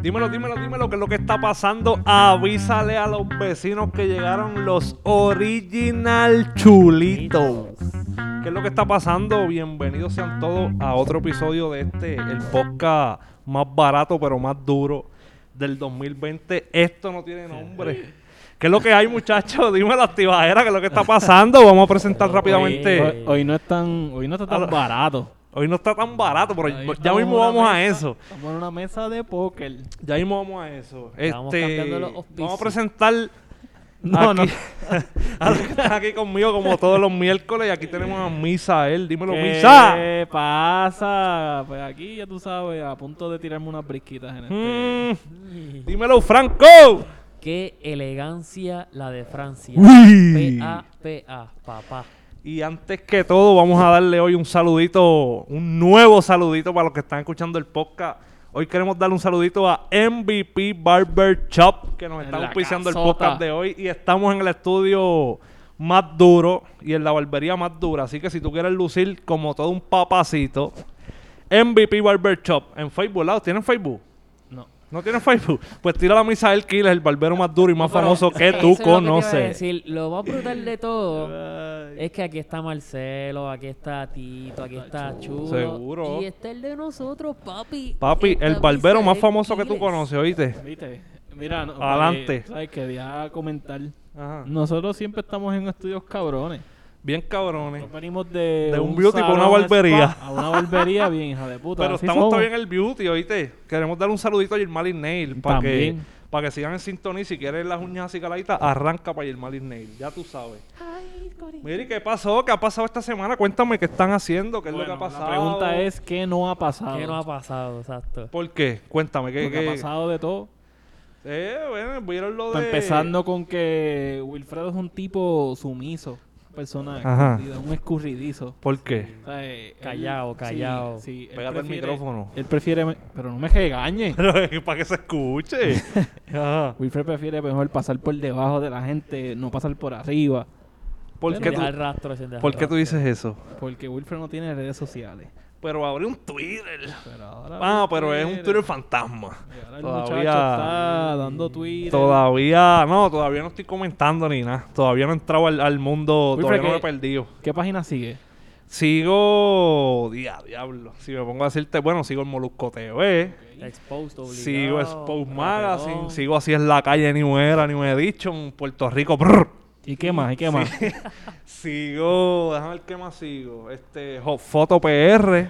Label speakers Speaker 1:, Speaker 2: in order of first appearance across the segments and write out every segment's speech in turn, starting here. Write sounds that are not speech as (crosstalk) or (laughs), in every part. Speaker 1: Dímelo, dímelo, dímelo, ¿qué es lo que está pasando? Avísale a los vecinos que llegaron los original chulitos. ¿Qué es lo que está pasando? Bienvenidos sean todos a otro episodio de este, el podcast más barato pero más duro del 2020. Esto no tiene nombre. ¿Qué es lo que hay, muchachos? Dime la activadera, ¿qué es lo que está pasando? Vamos a presentar
Speaker 2: Hoy,
Speaker 1: rápidamente.
Speaker 2: hoy no es tan, hoy no está tan
Speaker 1: Ahora-
Speaker 2: barato.
Speaker 1: Hoy no está tan barato, pero
Speaker 2: Hoy
Speaker 1: ya
Speaker 2: estamos en
Speaker 1: mismo
Speaker 2: una
Speaker 1: vamos a
Speaker 2: mesa-
Speaker 1: eso.
Speaker 2: Estamos en una mesa de póker.
Speaker 1: Ya mismo vamos a eso.
Speaker 3: Estamos
Speaker 1: Este,
Speaker 3: cambiando los auspicios.
Speaker 1: vamos a presentar
Speaker 2: No,
Speaker 1: aquí, (laughs) a los que están aquí conmigo como todos los miércoles. Y aquí tenemos a Misael. Dímelo, Misa.
Speaker 2: ¿Qué pasa? Pues aquí ya tú sabes, a punto de tirarme unas brisquitas en
Speaker 1: Hmm.
Speaker 2: este.
Speaker 1: Mm, dímelo, Franco.
Speaker 3: Qué elegancia la de Francia.
Speaker 1: Uy.
Speaker 3: PA, PA, papá.
Speaker 1: Y antes que todo, vamos a darle hoy un saludito, un nuevo saludito para los que están escuchando el podcast. Hoy queremos darle un saludito a MVP Barber Shop, que nos
Speaker 2: En
Speaker 1: está
Speaker 2: la
Speaker 1: auspiciando el
Speaker 2: casota.
Speaker 1: podcast de hoy. Y estamos en el estudio más duro y en la barbería más dura. Así que si tú quieres lucir como todo un papacito, MVP Barber Shop en Facebook, ¿lado? ¿Tienen Facebook?
Speaker 2: No.
Speaker 1: ¿No tienen Facebook? Pues tira la misa del Killer, el barbero más duro y más famoso que
Speaker 3: (laughs) Eso
Speaker 1: tú
Speaker 3: es lo te iba a
Speaker 1: conoces.
Speaker 3: decir. Lo más brutal de todo
Speaker 2: Ay.
Speaker 3: es que aquí está Marcelo, aquí está Tito, aquí está Chulo.
Speaker 1: Seguro.
Speaker 3: Y está el de nosotros, papi.
Speaker 1: Papi,
Speaker 3: Esta
Speaker 1: el barbero
Speaker 3: misa
Speaker 1: más
Speaker 3: es
Speaker 1: famoso que tú
Speaker 3: Quiles.
Speaker 1: conoces, ¿oíste?
Speaker 2: ¿Viste? Mira, no,
Speaker 1: Adelante.
Speaker 2: pues, ¿Sabes? Quería comentar.
Speaker 1: Ajá.
Speaker 2: Nosotros siempre estamos en estudios cabrones.
Speaker 1: Bien cabrones.
Speaker 2: Nosotros venimos de.
Speaker 1: De un beauty pa' una
Speaker 2: salón
Speaker 1: barbería.
Speaker 2: spa A una barbería bien, hija de puta.
Speaker 1: Pero
Speaker 2: así
Speaker 1: estamos
Speaker 2: somos.
Speaker 1: todavía en el beauty, ¿oíste? Queremos dar un saludito a Yermalin Nail para que,
Speaker 2: También.
Speaker 1: para que sigan en sintonía. Si quieres las uñas así caladitas, arranca para Yermalin Nail. Ya tú sabes. Mire, ¿qué pasó? ¿Qué ha pasado esta semana? Cuéntame qué están haciendo, qué es lo que ha
Speaker 2: Bueno,
Speaker 1: pasado.
Speaker 2: La pregunta es: ¿qué no ha pasado?
Speaker 3: ¿Qué no ha pasado? Exacto.
Speaker 1: ¿Por qué? Cuéntame. ¿qué,
Speaker 2: Porque
Speaker 1: qué?
Speaker 2: ha pasado de todo.
Speaker 1: Eh, bueno, vieron lo
Speaker 2: Pa'
Speaker 1: de...
Speaker 2: Empezando con que Wilfredo es un tipo sumiso, persona
Speaker 1: Ajá.
Speaker 2: escondida, un escurridizo.
Speaker 1: ¿Por qué?
Speaker 2: (laughs) O sea, eh, él-
Speaker 3: Callao,
Speaker 2: sí,
Speaker 3: callao.
Speaker 2: sí, él
Speaker 1: Pégate al
Speaker 2: prefiere-
Speaker 1: micrófono.
Speaker 2: Él prefiere, me- pero no me regañe.
Speaker 1: Pero para que se
Speaker 2: (laughs)
Speaker 1: escuche. Ajá.
Speaker 2: Wilfredo prefiere mejor pasar por debajo de la gente, no pasar por arriba,
Speaker 1: ¿Por,
Speaker 3: Sin
Speaker 1: qué
Speaker 3: dejar
Speaker 1: tú,
Speaker 3: rastro, sin dejar
Speaker 1: ¿Por qué tú
Speaker 3: rastro.
Speaker 1: dices eso?
Speaker 2: porque Wilfredo no tiene redes sociales.
Speaker 1: Pero abrí un Twitter.
Speaker 2: Pero ahora
Speaker 1: Ah, pero es un
Speaker 2: Wilfredo-
Speaker 1: Twitter fantasma.
Speaker 2: y ahora el muchacho
Speaker 1: Todavía-
Speaker 2: está dando Twitter.
Speaker 1: Todavía, no, todavía no estoy comentando ni nada. Todavía no he entrado al, al mundo,
Speaker 2: Wilfred,
Speaker 1: todavía no me he
Speaker 2: ¿qué?
Speaker 1: perdido.
Speaker 2: ¿Qué página sigue?
Speaker 1: Sigo, dia- diablo, si me pongo a decirte, bueno, sigo el Molusco TV,
Speaker 3: Exposed, obligado.
Speaker 1: sigo Spouse
Speaker 3: rapidón.
Speaker 1: Magazine, sigo así en la calle, ni muera, ni me he dicho, en Puerto Rico, brr.
Speaker 2: ¿Y qué más? ¿Y qué
Speaker 1: (laughs)
Speaker 2: más?
Speaker 1: Sigo, déjame ver qué más sigo, este, jo- Foto PR,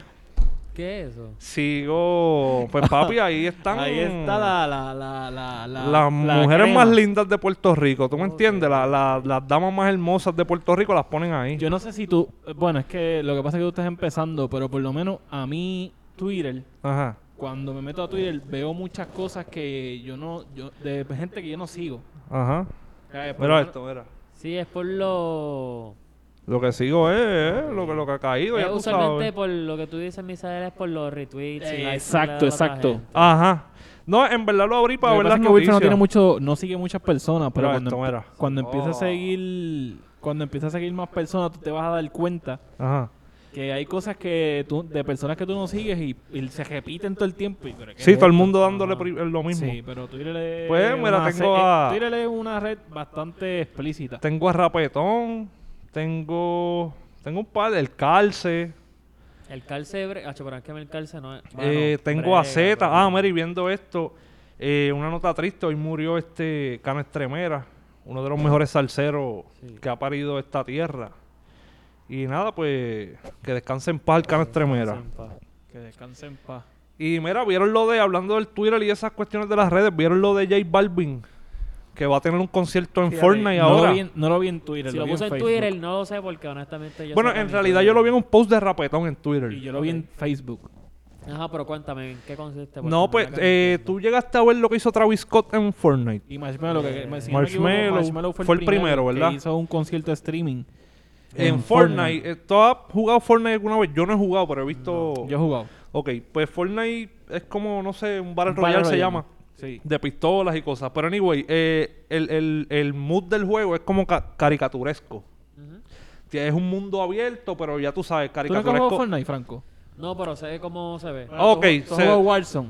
Speaker 3: ¿Qué es eso?
Speaker 1: sigo, pues papi,
Speaker 2: (laughs)
Speaker 1: ahí están.
Speaker 2: Ahí está la, la, la, la, la-
Speaker 1: Las
Speaker 2: la
Speaker 1: mujeres
Speaker 2: crema.
Speaker 1: más lindas de Puerto Rico, ¿tú me entiendes? La- la- las damas más hermosas de Puerto Rico las ponen ahí.
Speaker 2: Yo no sé si tú. eh, Bueno, es que lo que pasa es que tú estás empezando, pero por lo menos a mí, Twitter,
Speaker 1: Ajá.
Speaker 2: cuando me meto a Twitter, veo muchas cosas que yo no. Yo, de gente que yo no sigo.
Speaker 1: Ajá.
Speaker 2: Eh, por lo
Speaker 1: Mira
Speaker 2: menos-
Speaker 1: esto, mira.
Speaker 3: Sí, es por lo...
Speaker 1: Lo que sigo es, eh, lo, que, lo que ha caído,
Speaker 3: Es
Speaker 1: ya tú
Speaker 3: usualmente
Speaker 1: sabes.
Speaker 3: por lo que tú dices, Misael, es por los retweets. y
Speaker 2: Eh,
Speaker 3: likes que le da
Speaker 2: exacto,
Speaker 3: la
Speaker 2: exacto.
Speaker 3: gente.
Speaker 1: Ajá. No, en verdad lo abrí para
Speaker 2: Lo que
Speaker 1: ver
Speaker 2: pasa
Speaker 1: las
Speaker 2: es que Wilfred
Speaker 1: noticias.
Speaker 2: no tiene mucho. No sigue muchas personas, pero
Speaker 1: Mira
Speaker 2: cuando,
Speaker 1: esto,
Speaker 2: emp-
Speaker 1: mira.
Speaker 2: cuando empieza
Speaker 1: Oh.
Speaker 2: a seguir. Cuando empieza a seguir más personas, tú te vas a dar cuenta
Speaker 1: Ajá.
Speaker 2: que hay cosas que tú, de personas que tú no sigues y, y se repiten todo el tiempo. Y, ¿pero qué
Speaker 1: Sí,
Speaker 2: es
Speaker 1: todo el
Speaker 2: esto?
Speaker 1: mundo dándole
Speaker 2: Ajá.
Speaker 1: pri- lo mismo.
Speaker 2: Sí, pero Twitter es.
Speaker 1: Pues, mira,
Speaker 2: una
Speaker 1: tengo
Speaker 2: se- eh,
Speaker 1: a-
Speaker 2: Twitter es una red bastante explícita.
Speaker 1: Tengo a Rapetón, tengo... Tengo un par, el Calce,
Speaker 3: El calce... bre- Acho, pero es que el calce no es...
Speaker 1: eh,
Speaker 3: Mano,
Speaker 1: tengo a
Speaker 3: brega,
Speaker 1: Z.
Speaker 3: brega.
Speaker 1: Ah, Mary, viendo esto, eh, una nota triste, hoy murió este Cano Estremera, uno de los mejores salseros
Speaker 3: Sí.
Speaker 1: que ha parido esta tierra. Y nada, pues, que descanse en paz el Cano Estremera.
Speaker 3: Sempa.
Speaker 2: Que descanse en paz.
Speaker 1: Y mira, vieron lo de, hablando del Twitter y esas cuestiones de las redes, vieron lo de J Balvin, que va a tener un concierto en
Speaker 2: Fíjate,
Speaker 1: Fortnite
Speaker 2: no
Speaker 1: ahora.
Speaker 2: Lo vi en, no lo vi en Twitter.
Speaker 3: Si
Speaker 2: lo,
Speaker 3: lo
Speaker 2: vi
Speaker 3: puso en
Speaker 2: Facebook.
Speaker 3: Twitter, no lo sé porque honestamente yo...
Speaker 1: bueno,
Speaker 3: soy
Speaker 1: en
Speaker 3: tan
Speaker 1: realidad yo lo vi en un post de Rapetón en
Speaker 2: Y
Speaker 1: Twitter.
Speaker 2: yo lo vi en Facebook.
Speaker 3: Ajá, pero cuéntame, ¿en qué consiste? Porque
Speaker 1: No, pues,
Speaker 3: verdad que
Speaker 1: eh,
Speaker 3: entiendo.
Speaker 1: tú llegaste a ver lo que hizo Travis Scott en Fortnite.
Speaker 2: Y Marshmello, que, que- si no me equivoco,
Speaker 1: Marshmello
Speaker 2: Marshmello
Speaker 1: fue el primero,
Speaker 2: que
Speaker 1: ¿verdad?
Speaker 2: hizo un concierto de streaming.
Speaker 1: En, Fortnite, eh, ¿tú has jugado Fortnite alguna vez? Yo no he jugado, pero he visto...
Speaker 2: Yo he jugado.
Speaker 1: Ok, pues Fortnite es como, no sé, un Battle
Speaker 2: Un Battle
Speaker 1: Royale se
Speaker 2: Royale.
Speaker 1: llama.
Speaker 2: Sí.
Speaker 1: De pistolas y cosas. Pero anyway, eh, el, el- el mood del juego es como ca- caricaturesco.
Speaker 3: Ujú.
Speaker 1: Sí, Es un mundo abierto, pero ya tú sabes,
Speaker 2: ¿Tú nunca has jugado
Speaker 1: caricaturesco.
Speaker 2: Fortnite, Franco?
Speaker 1: Ah.
Speaker 3: No, pero sé cómo se ve.
Speaker 1: Ok,
Speaker 2: ¿Tú has
Speaker 1: se-
Speaker 2: jugado Warzone?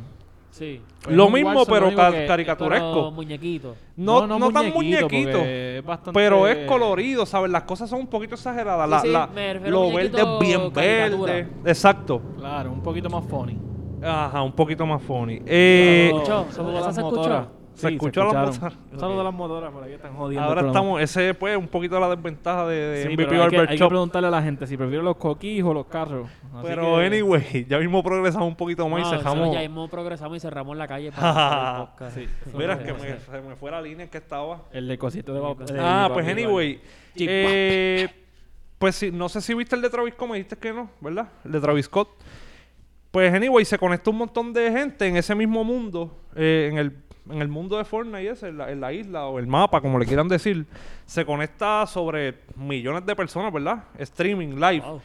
Speaker 2: Sí.
Speaker 1: Lo
Speaker 2: Es un
Speaker 1: mismo,
Speaker 2: Warzone,
Speaker 1: pero
Speaker 2: lo único
Speaker 1: ca-
Speaker 2: que-
Speaker 1: carica-
Speaker 3: Pero
Speaker 1: Caricaturesco.
Speaker 3: muñequito.
Speaker 1: No, no, tan
Speaker 2: muñequito,
Speaker 1: muñequito,
Speaker 2: porque es bastante-
Speaker 1: pero es colorido, ¿sabes? Las cosas son un poquito exageradas.
Speaker 3: Sí,
Speaker 1: la-
Speaker 3: sí,
Speaker 1: la-
Speaker 3: me refiero a
Speaker 1: lo verde
Speaker 3: muñequito
Speaker 1: es bien
Speaker 3: caricatura.
Speaker 1: verde. Exacto.
Speaker 2: Claro, un poquito más funny.
Speaker 1: Ajá, un poquito más funny. Eh,
Speaker 3: Claro. escuchó?
Speaker 2: Saludo a
Speaker 3: ¿Esa
Speaker 2: las
Speaker 3: se escuchó?
Speaker 2: motoras.
Speaker 1: ¿Se
Speaker 2: Sí,
Speaker 1: escuchó la
Speaker 2: escucharon.
Speaker 1: motora?
Speaker 2: Un saludo a las motoras por aquí están jodiendo.
Speaker 1: Ahora
Speaker 2: el programa.
Speaker 1: estamos, ese pues un poquito la desventaja de, de
Speaker 2: Sí,
Speaker 1: MVP
Speaker 2: pero hay, que,
Speaker 1: Barber
Speaker 2: hay que
Speaker 1: Shop.
Speaker 2: preguntarle a la gente si prefiero los coquís o los carros. Así
Speaker 1: Pero
Speaker 2: que-
Speaker 1: anyway, (laughs) ya mismo progresamos un poquito más
Speaker 3: No,
Speaker 1: y
Speaker 3: eso
Speaker 1: cerramos.
Speaker 3: Ya mismo progresamos y cerramos la
Speaker 1: (laughs)
Speaker 3: calle para hacer el podcast.
Speaker 2: Sí.
Speaker 3: Eso
Speaker 1: Mira,
Speaker 3: no
Speaker 1: que
Speaker 3: puede
Speaker 1: me,
Speaker 3: ser.
Speaker 1: se me fue la línea en que estaba.
Speaker 2: El de cosito de eh, papel.
Speaker 1: Ah, pues anyway. eh, pues sí, no sé si viste el de Travis Scott, me dijiste que no, ¿verdad? El de Travis Scott. Pues anyway, se conectó un montón de gente en ese mismo mundo, eh, en, el, en el mundo de Fortnite, ese, en, la, en la isla o el mapa, como le quieran decir. Se conecta sobre millones de personas, ¿verdad? Streaming, live.
Speaker 3: Wow.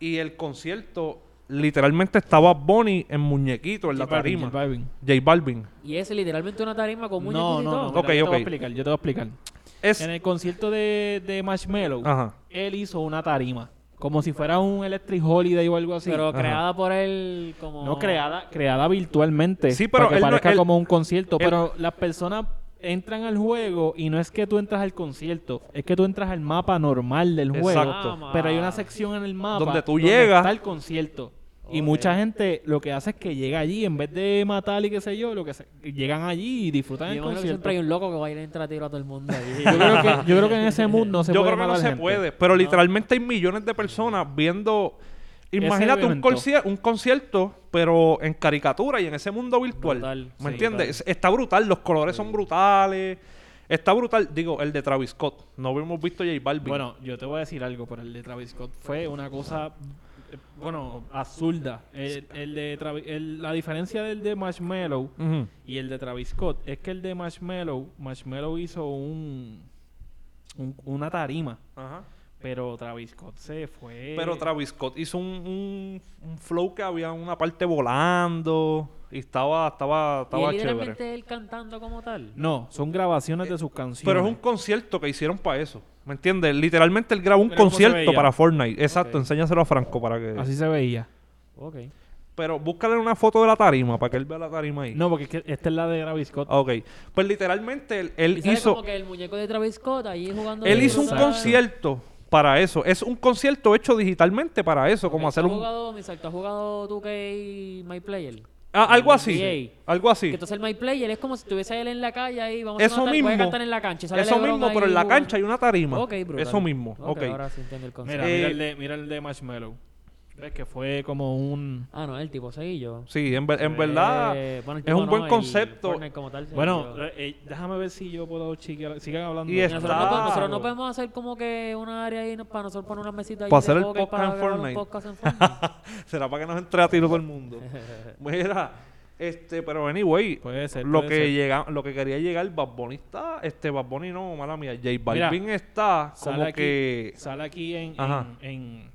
Speaker 1: Y el concierto, literalmente estaba Bonnie en muñequito, en la tarima. J
Speaker 2: Balvin.
Speaker 1: Balvin.
Speaker 3: Y es literalmente una tarima con
Speaker 2: No, no,
Speaker 3: muñequitos y
Speaker 2: no. mira,
Speaker 3: todo.
Speaker 1: Ok,
Speaker 2: yo te
Speaker 1: ok.
Speaker 2: voy a explicar, yo te voy a explicar.
Speaker 1: Es,
Speaker 2: En el concierto de, de Marshmello,
Speaker 1: Pues, Ajá.
Speaker 2: él hizo una tarima. Como si fuera un Electric Holiday o algo así.
Speaker 3: Pero
Speaker 1: Ajá.
Speaker 3: creada por él como...
Speaker 2: No creada, creada virtualmente.
Speaker 1: Sí, pero
Speaker 2: para que
Speaker 1: él no-
Speaker 2: parezca
Speaker 1: él-
Speaker 2: como un concierto.
Speaker 1: él-
Speaker 2: pero las personas entran al juego y no es que tú entras al concierto, es que tú entras al mapa normal del juego.
Speaker 1: Exacto.
Speaker 3: Ah,
Speaker 2: Pero hay una sección en el mapa
Speaker 1: Donde tú llegas.
Speaker 2: está el concierto. Y mucha gente lo que hace es que llega allí, en vez de matar y qué sé yo, lo que se- llegan allí y disfrutan
Speaker 3: Yo
Speaker 2: el
Speaker 3: imagino que
Speaker 2: concierto.
Speaker 3: siempre hay un loco que va a ir a entrar a tiro a todo el
Speaker 1: (laughs)
Speaker 3: mundo ahí.
Speaker 2: Yo creo, que, yo creo
Speaker 3: (laughs)
Speaker 2: que en ese mood no se
Speaker 1: yo
Speaker 2: puede
Speaker 1: creo que no
Speaker 2: matar
Speaker 1: se
Speaker 2: gente.
Speaker 1: puede, pero literalmente hay millones de personas viendo.
Speaker 2: Ese
Speaker 1: Imagínate un,
Speaker 2: evento.
Speaker 1: concier- un concierto, pero en caricatura y en ese mundo virtual.
Speaker 3: Brutal,
Speaker 1: ¿Me
Speaker 3: sí,
Speaker 1: entiendes? Es- Está brutal, los colores son brutales. Está brutal, digo, el de Travis Scott. No hemos visto J Balvin.
Speaker 2: Bueno, yo te voy a decir algo, pero el de Travis Scott fue una cosa, eh, bueno, absurda. El, el de Travi- el- la diferencia del de Marshmallow
Speaker 1: Ujú.
Speaker 2: y el de Travis Scott es que el de Marshmallow, Marshmallow hizo un, un- una tarima,
Speaker 1: Ajá.
Speaker 2: pero Travis Scott se fue.
Speaker 1: Pero Travis Scott hizo un, un- un flow que había una parte volando y estaba, estaba,
Speaker 3: y es
Speaker 1: estaba chévere.
Speaker 3: literalmente él cantando como tal.
Speaker 2: No, son grabaciones de sus canciones.
Speaker 1: Eh, Pero es un concierto que hicieron para eso. ¿Me entiendes? Literalmente él grabó un
Speaker 2: Pero ¿cómo se
Speaker 1: concierto
Speaker 2: veía?
Speaker 1: para Fortnite. Exacto,
Speaker 3: Ok.
Speaker 1: enséñaselo a Franco para que.
Speaker 2: Así se veía.
Speaker 3: Ok.
Speaker 1: Pero búscale una foto de la tarima para que él vea la tarima ahí.
Speaker 2: No, porque es que esta es la de Travis Scott.
Speaker 1: Ah, Ok. Pues literalmente él, él
Speaker 3: Y sale como
Speaker 1: hizo.
Speaker 3: que el muñeco de Travis Scott ahí jugando.
Speaker 1: Él
Speaker 3: de
Speaker 1: hizo un
Speaker 3: brutal.
Speaker 1: concierto para eso. Es un concierto hecho digitalmente para eso.
Speaker 3: Ok,
Speaker 1: Como hacer
Speaker 3: ¿tú has
Speaker 1: un.
Speaker 3: Jugado, exacto, has jugado 2K My Player?
Speaker 1: Ah, algo
Speaker 3: el
Speaker 1: así.
Speaker 3: NBA.
Speaker 1: Algo
Speaker 3: Que
Speaker 1: así.
Speaker 3: entonces el My Player es como si estuviese él en la calle ahí. Vamos
Speaker 1: Eso
Speaker 3: a matar,
Speaker 1: mismo.
Speaker 3: Puede cantar en la cancha. y sale
Speaker 1: Eso
Speaker 3: LeBron
Speaker 1: mismo,
Speaker 3: ahí
Speaker 1: pero en la
Speaker 3: jugando.
Speaker 1: cancha hay una tarima.
Speaker 3: Ok, brutal.
Speaker 1: Eso mismo. Ok.
Speaker 3: Ahora sí entiendo el concepto.
Speaker 2: Mira,
Speaker 1: Eh,
Speaker 2: mira, el de, mira el de Marshmallow. ¿Ves que fue como un...
Speaker 3: Ah, no, el tipo seguí yo.
Speaker 1: Sí, en, ver- en verdad.
Speaker 3: Eh, bueno, el
Speaker 1: es
Speaker 3: tipo
Speaker 1: un
Speaker 3: no,
Speaker 1: buen
Speaker 3: el
Speaker 1: concepto.
Speaker 3: Fortnite como tal, sí,
Speaker 2: Bueno,
Speaker 3: pero-
Speaker 2: eh, eh, déjame ver si yo puedo chequear. Sigan hablando.
Speaker 1: Y es-
Speaker 3: Nosotros, no podemos, nosotros no
Speaker 1: claro.
Speaker 3: podemos hacer como que una área ahí no- para nosotros poner una mesita ahí
Speaker 1: Para
Speaker 3: de
Speaker 1: hacer el
Speaker 3: póker
Speaker 1: podcast
Speaker 3: para
Speaker 1: en
Speaker 3: grabar
Speaker 1: Fortnite.
Speaker 3: un podcast
Speaker 1: (laughs)
Speaker 3: en Fortnite.
Speaker 1: (laughs) Será para que nos entre a tiro todo el mundo. (laughs) Mira, este, pero anyway,
Speaker 2: Puede ser,
Speaker 1: lo
Speaker 2: puede
Speaker 1: que
Speaker 2: ser.
Speaker 1: llega, lo que quería llegar, Bad Bunny está, este, Bad Bunny no, mala mía, J Balvin
Speaker 2: Mira,
Speaker 1: está
Speaker 2: Sale
Speaker 1: como
Speaker 2: aquí,
Speaker 1: que
Speaker 2: sale aquí en,
Speaker 1: Ajá.
Speaker 2: en, en,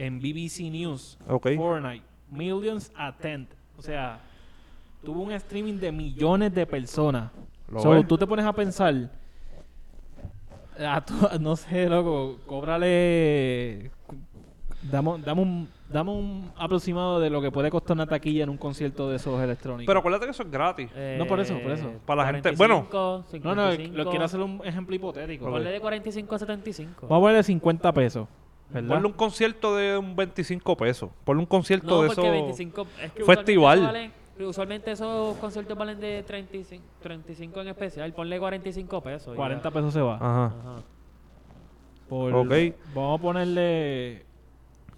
Speaker 2: en BBC News.
Speaker 1: Ok.
Speaker 2: Fortnite. Millions attend. O sea, tuvo un streaming de millones de personas.
Speaker 1: Lo
Speaker 2: So,
Speaker 1: ves.
Speaker 2: tú te pones a pensar. a tu- (laughs) no sé, loco. Cóbrale. Damos, damos, un, damos un aproximado de lo que puede costar una taquilla en un concierto de esos electrónicos.
Speaker 1: pero acuérdate que eso es gratis.
Speaker 3: Eh,
Speaker 2: No, por eso, por eso.
Speaker 1: Para la gente- bueno.
Speaker 3: 45,
Speaker 2: no, no, lo
Speaker 3: 55,
Speaker 2: quiero hacer un ejemplo hipotético.
Speaker 3: Ponle de 45 a 75.
Speaker 2: Vamos a ponerle 50 pesos. ¿Verdad?
Speaker 1: Ponle un concierto de un 25 pesos. Ponle un concierto
Speaker 3: no,
Speaker 1: de
Speaker 3: porque
Speaker 1: eso.
Speaker 3: 25 es que usualmente
Speaker 1: Festival.
Speaker 3: eso vale- usualmente esos conciertos valen de 35, 35 en especial. Ponle 45 pesos. y ya.
Speaker 2: 40 pesos se va.
Speaker 1: Ajá.
Speaker 3: Ajá.
Speaker 2: Por-
Speaker 1: Ah, Ok.
Speaker 2: Vamos a ponerle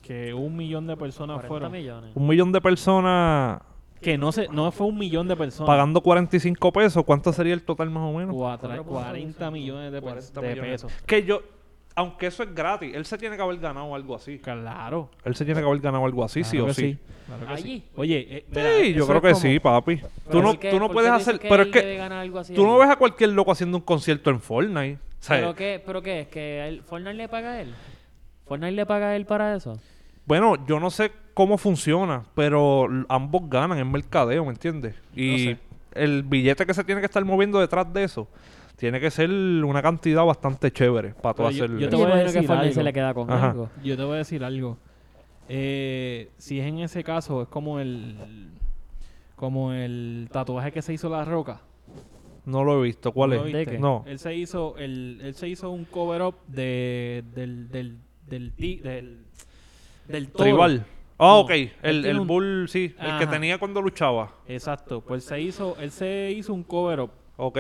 Speaker 2: que un millón de personas
Speaker 3: 40
Speaker 2: fueron.
Speaker 3: millones.
Speaker 1: Un millón de personas
Speaker 2: Que no se, no fue un millón de personas.
Speaker 1: pagando 45 pesos, ¿cuánto sería el total más o menos?
Speaker 2: Cuatra- 40 millones de, pe-
Speaker 1: 40
Speaker 2: de
Speaker 1: millones.
Speaker 2: pesos.
Speaker 1: Que yo, aunque eso es gratis, él se tiene que haber ganado algo así.
Speaker 2: Claro.
Speaker 1: Él se tiene que haber ganado algo así, sí
Speaker 2: claro
Speaker 1: o
Speaker 2: que
Speaker 1: sí.
Speaker 2: claro que sí.
Speaker 3: Allí.
Speaker 2: Oye, eh, mira,
Speaker 1: Sí, yo
Speaker 2: eso
Speaker 1: creo
Speaker 2: es
Speaker 1: que
Speaker 2: como-
Speaker 1: sí, papi. Tú
Speaker 3: Pero
Speaker 1: no,
Speaker 3: ¿por qué-
Speaker 1: tú no
Speaker 3: por qué
Speaker 1: puedes
Speaker 3: dices
Speaker 1: hacer. pero es
Speaker 3: él debe
Speaker 1: que
Speaker 3: ganar algo así
Speaker 1: tú no
Speaker 3: ahí?
Speaker 1: ves a cualquier loco haciendo un concierto en Fortnite. O sea,
Speaker 3: ¿Pero qué, ¿Pero qué? ¿Es que el, Fortnite le paga a él? ¿Fortnite le paga a él para eso?
Speaker 1: Bueno, yo no sé cómo funciona, pero l- ambos ganan en mercadeo, ¿me entiendes? Y
Speaker 2: No sé.
Speaker 1: el billete que se tiene que estar moviendo detrás de eso tiene que ser una cantidad bastante chévere para tú
Speaker 2: Pero yo-
Speaker 1: hacer.
Speaker 2: yo
Speaker 3: Yo
Speaker 2: te voy a
Speaker 3: imagino que
Speaker 2: decir
Speaker 3: Fortnite se
Speaker 2: algo.
Speaker 3: le queda con
Speaker 1: Ajá.
Speaker 3: algo.
Speaker 2: Yo te voy a decir algo. Eh, si es en ese caso, es como el. Como el tatuaje que se hizo La Roca.
Speaker 1: No lo he visto. ¿Cuál
Speaker 2: ¿Lo
Speaker 1: es?
Speaker 2: viste?
Speaker 1: No.
Speaker 2: Él se hizo, el, él se hizo un cover up de, del, del, del, ti- del, del toro.
Speaker 1: Tribal. Ah,
Speaker 2: No,
Speaker 1: ok. El,
Speaker 2: tiene
Speaker 1: el
Speaker 2: un-
Speaker 1: bull, sí. El que
Speaker 2: Ajá.
Speaker 1: tenía cuando luchaba.
Speaker 2: Exacto. Pues se hizo, él se hizo un cover up.
Speaker 1: Ok.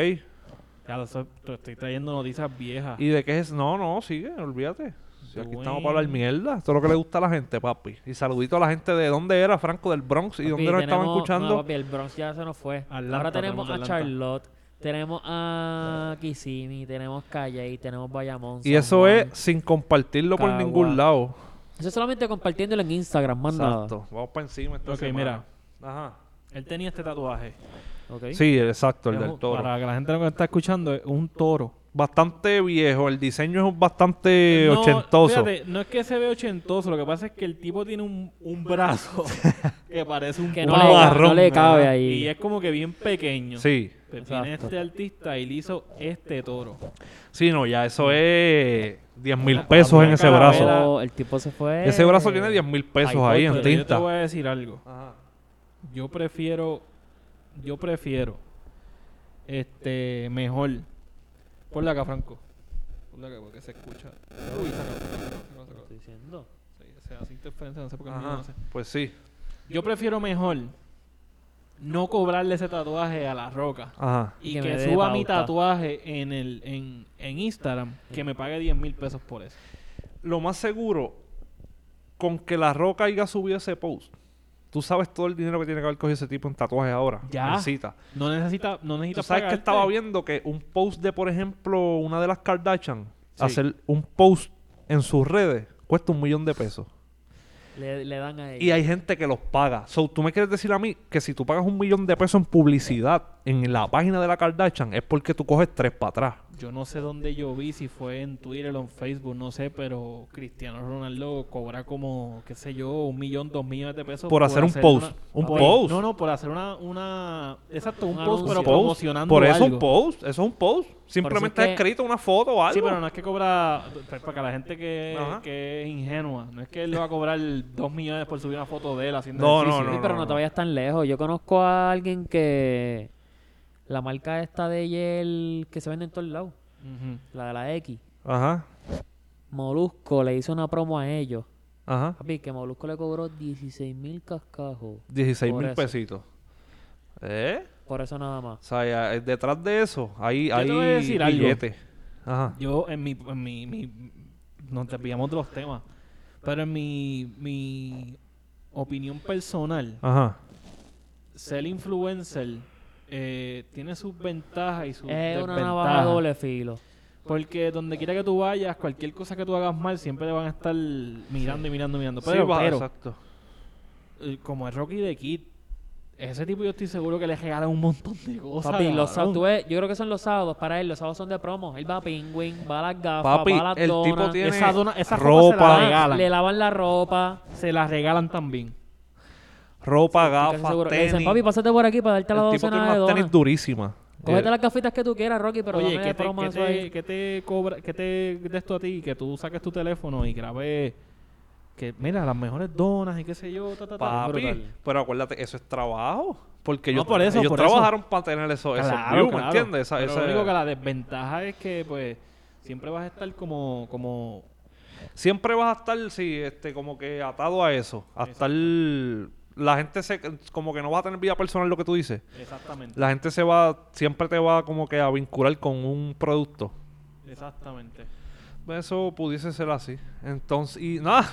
Speaker 2: Ya lo sé, te estoy trayendo noticias viejas.
Speaker 1: ¿Y de qué es? No, no, sigue, olvídate. Si aquí estamos para hablar
Speaker 2: Bueno.
Speaker 1: mierda. Esto es lo que le gusta a la gente, papi. Y saludito a la gente de dónde era, Franco, del Bronx. ¿Y dónde nos estaban escuchando?
Speaker 3: papi, el Bronx ya se nos fue.
Speaker 2: Atlanta,
Speaker 3: Ahora
Speaker 2: tenemos
Speaker 3: tenemos a
Speaker 2: Atlanta.
Speaker 3: Charlotte, tenemos a Kissimmee, tenemos Calle, tenemos Bayamón.
Speaker 1: y
Speaker 3: San
Speaker 1: eso
Speaker 3: Juan.
Speaker 1: es sin compartirlo por
Speaker 3: Cagua.
Speaker 1: ningún lado.
Speaker 3: Eso es solamente compartiéndolo en Instagram, más
Speaker 1: Exacto. Vamos para encima esta
Speaker 2: Ok,
Speaker 1: semana. Ajá.
Speaker 2: Él tenía este tatuaje.
Speaker 3: nada. ¿ok?
Speaker 1: Sí, exacto, el
Speaker 2: Es
Speaker 1: del
Speaker 2: un-
Speaker 1: toro.
Speaker 2: Para que la gente lo que está escuchando, es un toro.
Speaker 1: Bastante viejo. El diseño es bastante ochentoso.
Speaker 2: fíjate, no es que se ve ochentoso, lo que pasa es que el tipo tiene un,
Speaker 1: (laughs)
Speaker 2: un brazo que parece un
Speaker 3: Que no,
Speaker 1: Un
Speaker 3: le, ca-
Speaker 1: barrón,
Speaker 3: no le cabe
Speaker 1: ajá.
Speaker 2: palo,
Speaker 3: ahí.
Speaker 2: Ah, Y es como que bien pequeño.
Speaker 1: Sí.
Speaker 2: Pues viene
Speaker 3: Exacto.
Speaker 2: este artista y le hizo este toro.
Speaker 1: Sí, no, ya eso es 10 mil
Speaker 2: Una-
Speaker 1: pesos
Speaker 2: una
Speaker 1: en ese
Speaker 2: calavera. Eh.
Speaker 1: brazo.
Speaker 3: El tipo se fue.
Speaker 1: Ese brazo tiene 10 mil pesos
Speaker 3: Ay,
Speaker 1: ahí en
Speaker 2: Pero yo te voy
Speaker 1: tinta.
Speaker 2: a decir algo.
Speaker 1: Ajá.
Speaker 2: Yo prefiero, yo prefiero, este, mejor. Ponle acá, Franco. Ponle acá porque se escucha. Uy, se acabó, se acabó, se acabó, se acabó.
Speaker 3: Estoy diciendo.
Speaker 2: Sí, se hace interferencia, no sé por qué.
Speaker 1: Ajá.
Speaker 2: no sé.
Speaker 1: Pues sí.
Speaker 2: Yo prefiero mejor no cobrarle ese tatuaje a la roca
Speaker 1: Ajá.
Speaker 2: y
Speaker 3: Que
Speaker 2: que,
Speaker 3: me dé
Speaker 2: suba mi
Speaker 3: pauta.
Speaker 2: tatuaje en el en, en Instagram que me pague 10 mil pesos por eso.
Speaker 1: Lo más seguro, con que la roca haya subido ese post, tú sabes todo el dinero que tiene que haber cogido ese tipo en tatuajes ahora.
Speaker 2: Ya.
Speaker 1: en cita.
Speaker 2: No necesita no necesita
Speaker 1: ¿Tú sabes que
Speaker 2: pagarte.
Speaker 1: estaba viendo que un post de, por ejemplo, una de las Kardashian,
Speaker 2: Sí.
Speaker 1: hacer un post en sus redes, cuesta un millón de pesos.
Speaker 3: Le, le dan a
Speaker 1: Y
Speaker 3: ella.
Speaker 1: hay gente que los paga. So, tú me quieres decir a mí que si tú pagas un millón de pesos en publicidad en la página de la Kardashian es porque tú coges tres para atrás.
Speaker 2: Yo no sé dónde yo vi, si fue en Twitter o en Facebook, no sé, pero Cristiano Ronaldo cobra como, qué sé yo, un millón, dos millones de pesos.
Speaker 1: Por hacer un post. Un
Speaker 2: por-
Speaker 1: post.
Speaker 2: No, no, por hacer una... una exacto, un
Speaker 3: Un
Speaker 2: post, pero
Speaker 3: anuncio.
Speaker 2: promocionando
Speaker 1: Por eso
Speaker 2: algo.
Speaker 1: un post. Eso es un post. Simplemente
Speaker 3: es
Speaker 1: es
Speaker 3: que-
Speaker 1: escrito una foto o algo.
Speaker 2: Sí, pero no es que cobra... pa- Para la gente que,
Speaker 1: Ajá.
Speaker 2: que es ingenua, no es que él le va a cobrar dos millones por subir una foto de él haciendo
Speaker 1: No,
Speaker 2: ejercicio.
Speaker 1: no,
Speaker 3: Sí,
Speaker 1: no,
Speaker 3: pero no, te vayas tan lejos. Yo conozco a alguien que. La marca esta de Yel que se vende en todos lados,
Speaker 2: Ujú.
Speaker 3: la de la X.
Speaker 1: Ajá.
Speaker 3: Molusco le hizo una promo a ellos.
Speaker 1: Ajá.
Speaker 3: Papi, que Molusco le cobró 16 mil cascajos.
Speaker 1: 16
Speaker 3: Por
Speaker 1: mil
Speaker 3: eso.
Speaker 1: pesitos. ¿Eh?
Speaker 3: Por eso nada más.
Speaker 1: O sea, ya, eh, detrás de eso hay,
Speaker 2: Yo te voy a
Speaker 1: hay
Speaker 2: decir algo.
Speaker 1: billete. Ajá.
Speaker 2: Yo en mi, en mi, mi- nos desviamos de los temas, pero en mi, mi opinión personal,
Speaker 1: Ajá.
Speaker 2: ser influencer eh, tiene sus ventajas y sus
Speaker 3: Es una navaja
Speaker 2: desventajas.
Speaker 3: doble filo.
Speaker 2: Porque donde quiera que tú vayas, cualquier cosa que tú hagas mal, siempre te van a estar mirando y mirando y mirando.
Speaker 1: Sí,
Speaker 2: Pero,
Speaker 1: va,
Speaker 2: pero,
Speaker 1: exacto.
Speaker 2: eh, como es Rocky de Kid, ese tipo yo estoy seguro que le regalan un montón de cosas.
Speaker 3: Papi, los
Speaker 2: cabrón.
Speaker 3: sábados, tú ves, yo creo que son los sábados para él, los sábados son de promo. Él va a Penguin, va a las gafas,
Speaker 1: Papi,
Speaker 3: va a las
Speaker 1: el tipo
Speaker 3: donas,
Speaker 1: tiene
Speaker 2: esa dona- esa ropa se la
Speaker 1: ropa,
Speaker 2: regalan.
Speaker 3: le lavan la ropa.
Speaker 2: Se las regalan también.
Speaker 1: ropa,
Speaker 3: Casi seguro.
Speaker 1: gafas,
Speaker 3: Le dicen,
Speaker 1: tenis.
Speaker 3: papi, pásate por aquí para darte la
Speaker 1: el tipo tiene
Speaker 3: docena de
Speaker 1: unas
Speaker 3: donas.
Speaker 1: tenis durísimas.
Speaker 3: Cógete
Speaker 1: Eh,
Speaker 3: las gafitas que tú quieras, Rocky, pero
Speaker 2: Oye,
Speaker 3: dame
Speaker 2: ¿qué
Speaker 3: de
Speaker 2: te,
Speaker 3: promo
Speaker 2: qué
Speaker 3: eso
Speaker 2: te-
Speaker 3: ahí.
Speaker 2: qué te cobra, qué te de esto a ti? Que tú saques tu teléfono y grabes que, mira, las mejores donas y qué sé yo, ta, ta, ta,
Speaker 1: Papi,
Speaker 2: brutal.
Speaker 1: pero acuérdate, eso es trabajo. Porque
Speaker 2: No,
Speaker 1: ellos,
Speaker 2: por eso,
Speaker 1: ellos
Speaker 2: por eso.
Speaker 1: trabajaron para tener eso, esos
Speaker 2: Claro,
Speaker 1: views, ¿me
Speaker 2: claro.
Speaker 1: entiendes? Esa-
Speaker 2: Pero
Speaker 1: esa-
Speaker 2: lo único que la desventaja es que, pues, siempre vas a estar como, como
Speaker 1: Siempre vas a estar, sí, este, como que atado a eso. A
Speaker 2: Exacto.
Speaker 1: estar... La gente se... Como que no vas a tener vida personal lo que tú dices.
Speaker 2: exactamente,
Speaker 1: La gente se va... Siempre te va como que a vincular con un producto.
Speaker 2: exactamente.
Speaker 1: Eso pudiese ser así. Entonces, y nada.